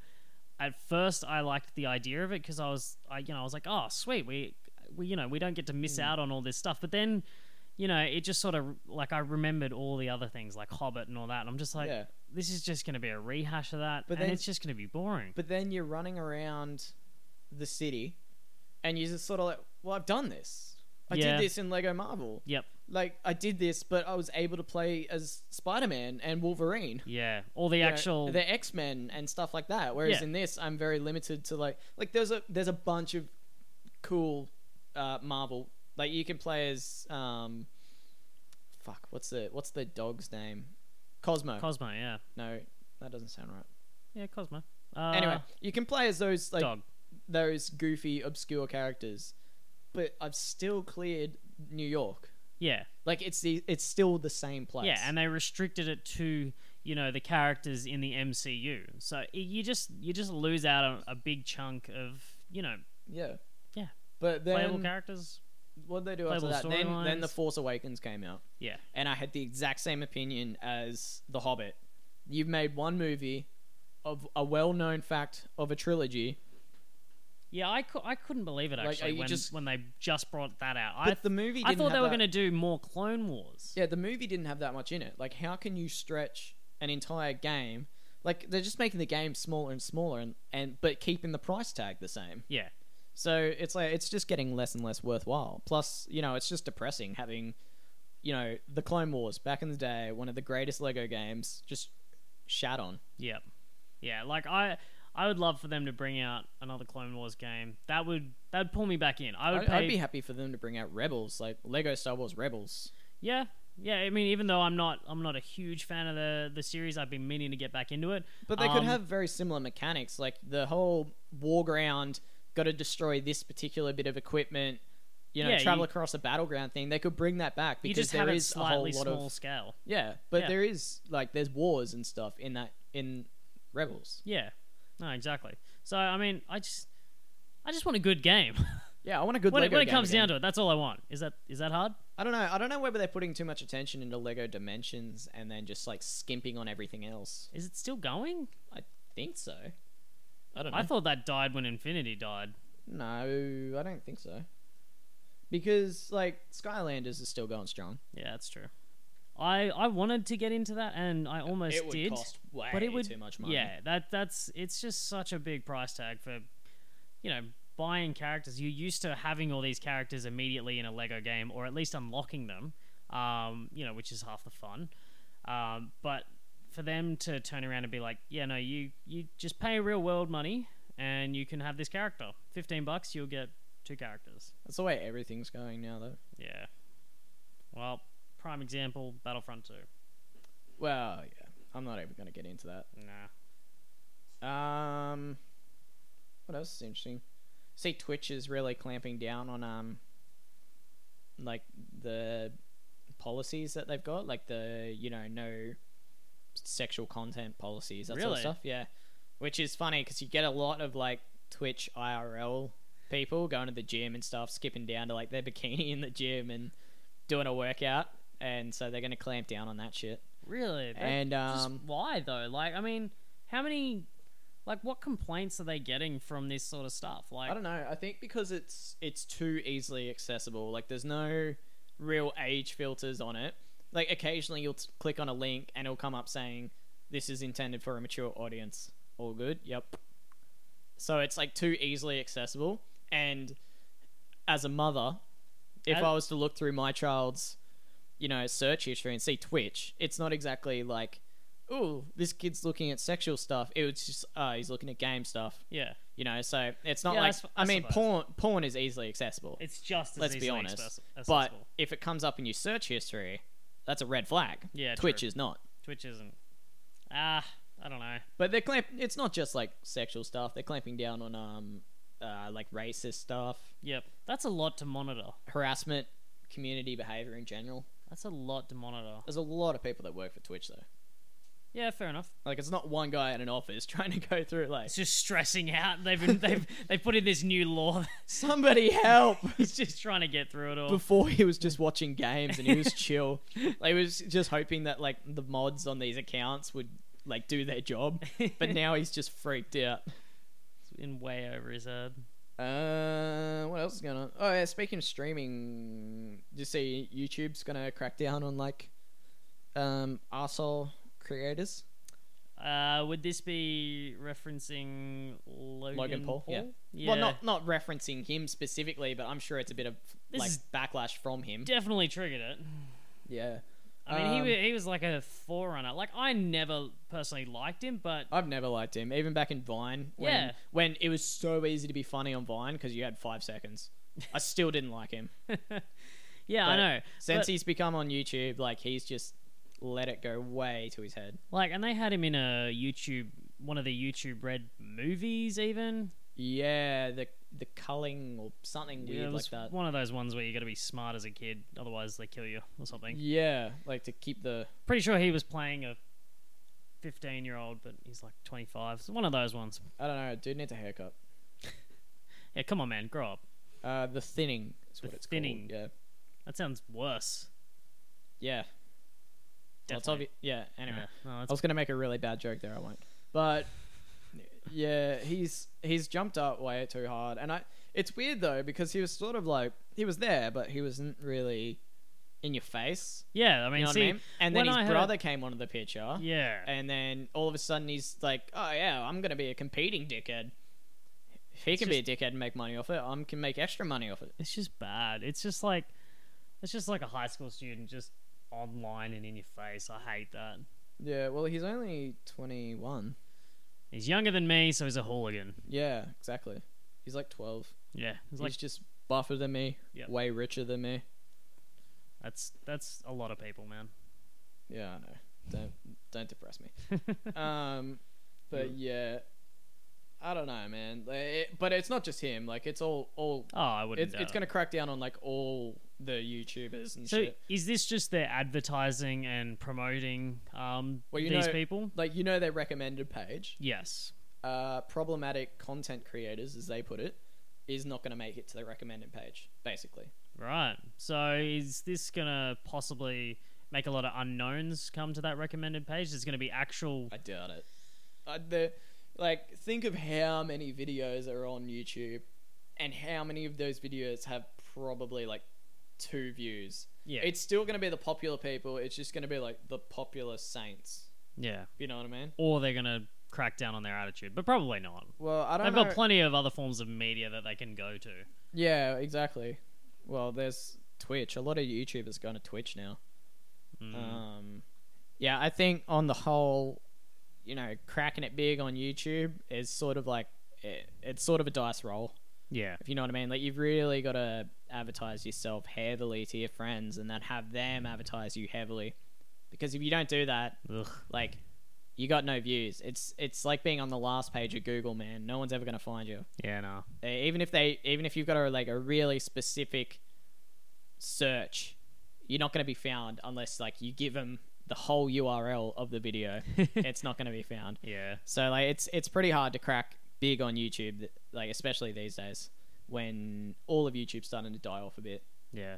S2: at first, I liked the idea of it because I was, I you know, I was like, oh, sweet, we, we, you know, we don't get to
S1: Hmm.
S2: miss out on all this stuff. But then, you know, it just sort of like I remembered all the other things like Hobbit and all that, and I'm just like,
S1: Yeah.
S2: this is just going to be a rehash of that,
S1: But
S2: and
S1: then-
S2: it's just going to be boring.
S1: But then you're running around the city, and you're just sort of like, well, I've done this. I
S2: Yeah.
S1: did this in Lego Marvel.
S2: yep,
S1: Like, I did this, but I was able to play as Spider Man and Wolverine.
S2: yeah, all the
S1: you know,
S2: actual,
S1: the X Men and stuff like that. Whereas
S2: Yeah.
S1: in this, I'm very limited to like like there's a there's a bunch of cool uh, Marvel like you can play as um fuck what's the what's the dog's name Cosmo
S2: Cosmo, yeah,
S1: no that doesn't sound right
S2: yeah, Cosmo. Uh,
S1: anyway you can play as those like
S2: dog.
S1: those goofy obscure characters but I've still cleared New York
S2: Yeah,
S1: like it's the it's still the same place
S2: Yeah, and they restricted it to you know the characters in the MCU. So i you just you just lose out on a big chunk of you know
S1: yeah
S2: Yeah.
S1: but
S2: playable
S1: then
S2: characters.
S1: what did they do after that
S2: playable
S1: then then the
S2: storylines.
S1: Force Awakens came out.
S2: Yeah,
S1: and I had the exact same opinion as The Hobbit. You've made one movie of a well-known fact of a trilogy,
S2: yeah, I, cou- I couldn't believe it
S1: Like,
S2: actually
S1: are you
S2: when
S1: just-
S2: when they just brought that out.
S1: but
S2: I
S1: the movie didn't
S2: I thought
S1: have
S2: they were
S1: that-
S2: going to do more Clone Wars.
S1: Yeah, the movie didn't have that much in it. Like, how can you stretch an entire game? Like, they're just making the game smaller and smaller, and, and but keeping the price tag the same.
S2: Yeah,
S1: So it's like it's just getting less and less worthwhile. Plus, you know, it's just depressing having, you know, the Clone Wars back in the day, one of the greatest Lego games, just shat on.
S2: yeah, yeah. Like I I would love for them to bring out another Clone Wars game. That would that'd pull me back in. I would
S1: I'd,
S2: pay.
S1: I'd be happy for them to bring out Rebels, like Lego Star Wars Rebels.
S2: yeah. Yeah, I mean, even though I'm not, I'm not a huge fan of the the series. I've been meaning to get back into it.
S1: But they could
S2: Um,
S1: have very similar mechanics, like the whole war ground, got to destroy this particular bit of equipment, you know,
S2: Yeah,
S1: travel
S2: you-
S1: across a battleground thing. They could bring that back
S2: you
S1: because
S2: just
S1: there
S2: have it
S1: is a whole
S2: slightly
S1: lot
S2: small
S1: of
S2: scale.
S1: yeah, but
S2: Yeah.
S1: there is like there's wars and stuff in that in Rebels.
S2: Yeah. No, exactly. So I mean, I just, I just want a good game. (laughs)
S1: Yeah, I want a good
S2: when, it-
S1: Lego
S2: when it
S1: game
S2: comes
S1: again.
S2: down to it, that's all I want. Is that is that hard?
S1: I don't know. I don't know whether they're putting too much attention into Lego Dimensions and then just like skimping on everything else.
S2: Is it still going?
S1: I think so. I don't know.
S2: I thought that died when Infinity died.
S1: No, I don't think so. Because like Skylanders is still going strong.
S2: Yeah, that's true. I I wanted to get into that, and I almost
S1: it would
S2: did,
S1: cost way
S2: but it would
S1: too much money.
S2: Yeah, that that's it's just such a big price tag for, you know. Buying characters, you're used to having all these characters immediately in a Lego game, or at least unlocking them, um, you know, which is half the fun. Um, but for them to turn around and be like, yeah, no, you you just pay real world money and you can have this character. Fifteen bucks, you'll get two characters.
S1: That's the way everything's going now, though.
S2: Yeah. Well, prime example, Battlefront Two.
S1: Well, yeah. I'm not even going to get into that.
S2: Nah.
S1: Um, what else is interesting? See, Twitch is really clamping down on um, like the policies that they've got, like the you know no sexual content policies, that sort of
S2: Really?
S1: stuff. Yeah, which is funny because you get a lot of like Twitch IRL people going to the gym and stuff, skipping down to like their (laughs) bikini in the gym and doing a workout, and so they're going to clamp down on that shit.
S2: Really? They-
S1: And
S2: just
S1: um,
S2: why though? Like, I mean, how many? Like, what complaints are they getting from this sort of stuff? Like,
S1: I don't know. I think because it's it's too easily accessible. Like there's no real age filters on it. Like occasionally you'll t- click on a link and it'll come up saying this is intended for a mature audience. All good. Yep. So it's like too easily accessible. And as a mother, if
S2: As-
S1: I was to look through my child's, you know, search history and see Twitch, it's not exactly like, ooh, this kid's looking at sexual stuff. It was just, uh, he's looking at game stuff.
S2: Yeah,
S1: You know, so it's not
S2: Yeah, I
S1: like
S2: s-
S1: I,
S2: I
S1: mean,
S2: suppose.
S1: porn porn is easily accessible.
S2: it's just as
S1: let's be
S2: easily
S1: honest.
S2: access-
S1: but
S2: accessible.
S1: if it comes up in your search history, that's a red flag.
S2: Yeah,
S1: Twitch
S2: true.
S1: is not.
S2: Twitch isn't. Ah, I don't know.
S1: But they're clamp. It's not just like sexual stuff. They're clamping down on um, uh, like racist stuff,
S2: Yep, that's a lot to monitor.
S1: harassment, community behavior in general.
S2: That's a lot to monitor.
S1: There's a lot of people that work for Twitch though.
S2: Yeah, fair enough.
S1: Like it's not one guy in an office (laughs) trying to go through like
S2: It's just stressing out. They've been, (laughs) they've they put in this new law.
S1: somebody help.
S2: (laughs) He's (laughs) just trying to get through it all.
S1: Before he was just watching games and he (laughs) was chill. Like he was just hoping that like the mods on these accounts would like do their job.
S2: (laughs)
S1: But now he's just freaked out.
S2: in way over his head.
S1: (laughs) Uh, what else is going on? Oh yeah, speaking of streaming, do you see YouTube's gonna crack down on like, um, arsehole creators?
S2: Uh, would this be referencing Logan,
S1: Logan Paul, yeah.
S2: Yeah.
S1: Well, not not referencing him specifically, but I'm sure it's a bit of
S2: This
S1: like
S2: is-
S1: backlash from him.
S2: definitely triggered it.
S1: Yeah,
S2: I mean,
S1: Um,
S2: he wa- he was like a forerunner. Like I never personally liked him, but
S1: I've never liked him, even back in Vine. When,
S2: Yeah.
S1: when it was so easy to be funny on Vine because you had five seconds. I still didn't like
S2: (laughs)
S1: him.
S2: yeah, I
S1: But
S2: know.
S1: Since
S2: But,
S1: he's become on YouTube, like he's just let it go way to his head.
S2: like, and they had him in a YouTube one of the YouTube Red movies, even.
S1: Yeah, the the culling or something
S2: Yeah, it
S1: weird
S2: was
S1: like that.
S2: one of those ones where you got to be smart as a kid, otherwise they kill you or something.
S1: Yeah, like to keep the
S2: Pretty sure he was playing a fifteen-year-old, but he's like twenty-five. It's one of those ones.
S1: I don't know, dude needs a haircut.
S2: Yeah, come on, man, grow up.
S1: Uh, the thinning is
S2: The
S1: what it's
S2: thinning.
S1: called. Yeah,
S2: That sounds worse.
S1: yeah. Well, it's
S2: Definitely.
S1: obvi- yeah. Anyway,
S2: Yeah, no, that's
S1: I was gonna make a really bad joke there. I won't. But yeah, he's he's jumped up way too hard, and I. It's weird though because he was sort of like he was there, but he wasn't really in your face.
S2: Yeah, I
S1: You
S2: mean,
S1: know what
S2: see,
S1: I mean? And then
S2: when
S1: his
S2: I heard-
S1: brother came onto the picture.
S2: yeah,
S1: and then all of a sudden he's like, "Oh yeah, I'm gonna be a competing dickhead. If he
S2: It's
S1: can be a dickhead and make money off it, I can make extra money off it."
S2: it's just bad. It's just like, it's just like a high school student just online and in your face. I hate that.
S1: Yeah, well, he's only 21.
S2: He's younger than me, so he's a hooligan.
S1: Yeah, exactly. He's like 12.
S2: Yeah, it's
S1: He's
S2: like
S1: just buffer than me,
S2: Yep.
S1: way richer than me.
S2: that's that's a lot of people, man. (laughs)
S1: Yeah, I know. Don't don't depress me. um, but yeah, I don't know, man. Like, it- but it's not just him. Like it's all all.
S2: Oh, I wouldn't.
S1: It's,
S2: doubt
S1: it's
S2: it.
S1: gonna crack down on like all the YouTubers and
S2: So,
S1: shit.
S2: is this just their advertising and promoting um,
S1: Well, you
S2: these
S1: know-
S2: people?
S1: Like you know their recommended page.
S2: Yes.
S1: uh, problematic content creators, as they put it, is not going to make it to the recommended page, basically.
S2: Right. So, is this gonna possibly make a lot of unknowns come to that recommended page? There's gonna be actual.
S1: I doubt it. Uh, the, like, think of how many videos are on YouTube and how many of those videos have probably, like, two views.
S2: Yeah.
S1: It's still going to be the popular people, it's just going to be, like, the popular saints.
S2: yeah.
S1: You know what I mean?
S2: or they're gonna crack down on their attitude, but probably not.
S1: Well, I don't
S2: They've
S1: know.
S2: got plenty of other forms of media that they can go to.
S1: yeah, exactly. Well, there's Twitch. A lot of YouTubers going to Twitch now.
S2: Mm.
S1: Um, yeah, I think on the whole, you know, cracking it big on YouTube is sort of like it, it's sort of a dice roll,
S2: yeah,
S1: if you know what I mean. Like you've really got to advertise yourself heavily to your friends, and then have them advertise you heavily, because if you don't do that,
S2: Ugh.
S1: like you got no views. It's it's like being on the last page of Google, man. No one's ever gonna find you
S2: yeah, no,
S1: uh, even if they even if you've got a like a really specific search you're not going to be found unless like you give them the whole url of the (laughs) video it's not going to be found
S2: yeah,
S1: so like it's it's pretty hard to crack big on youtube th- like especially these days when all of youtube's starting to die off a bit
S2: yeah.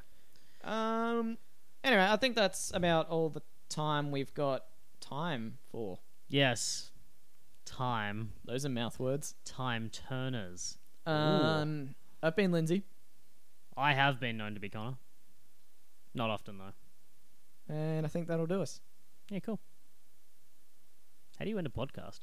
S1: um anyway i think that's about all the time we've got time for
S2: Yes, time,
S1: those are mouth words
S2: time turners.
S1: um i've been lindsay
S2: I have been known to be Connor. Not often though.
S1: and i think that'll do us
S2: Yeah, cool. How do you end a podcast?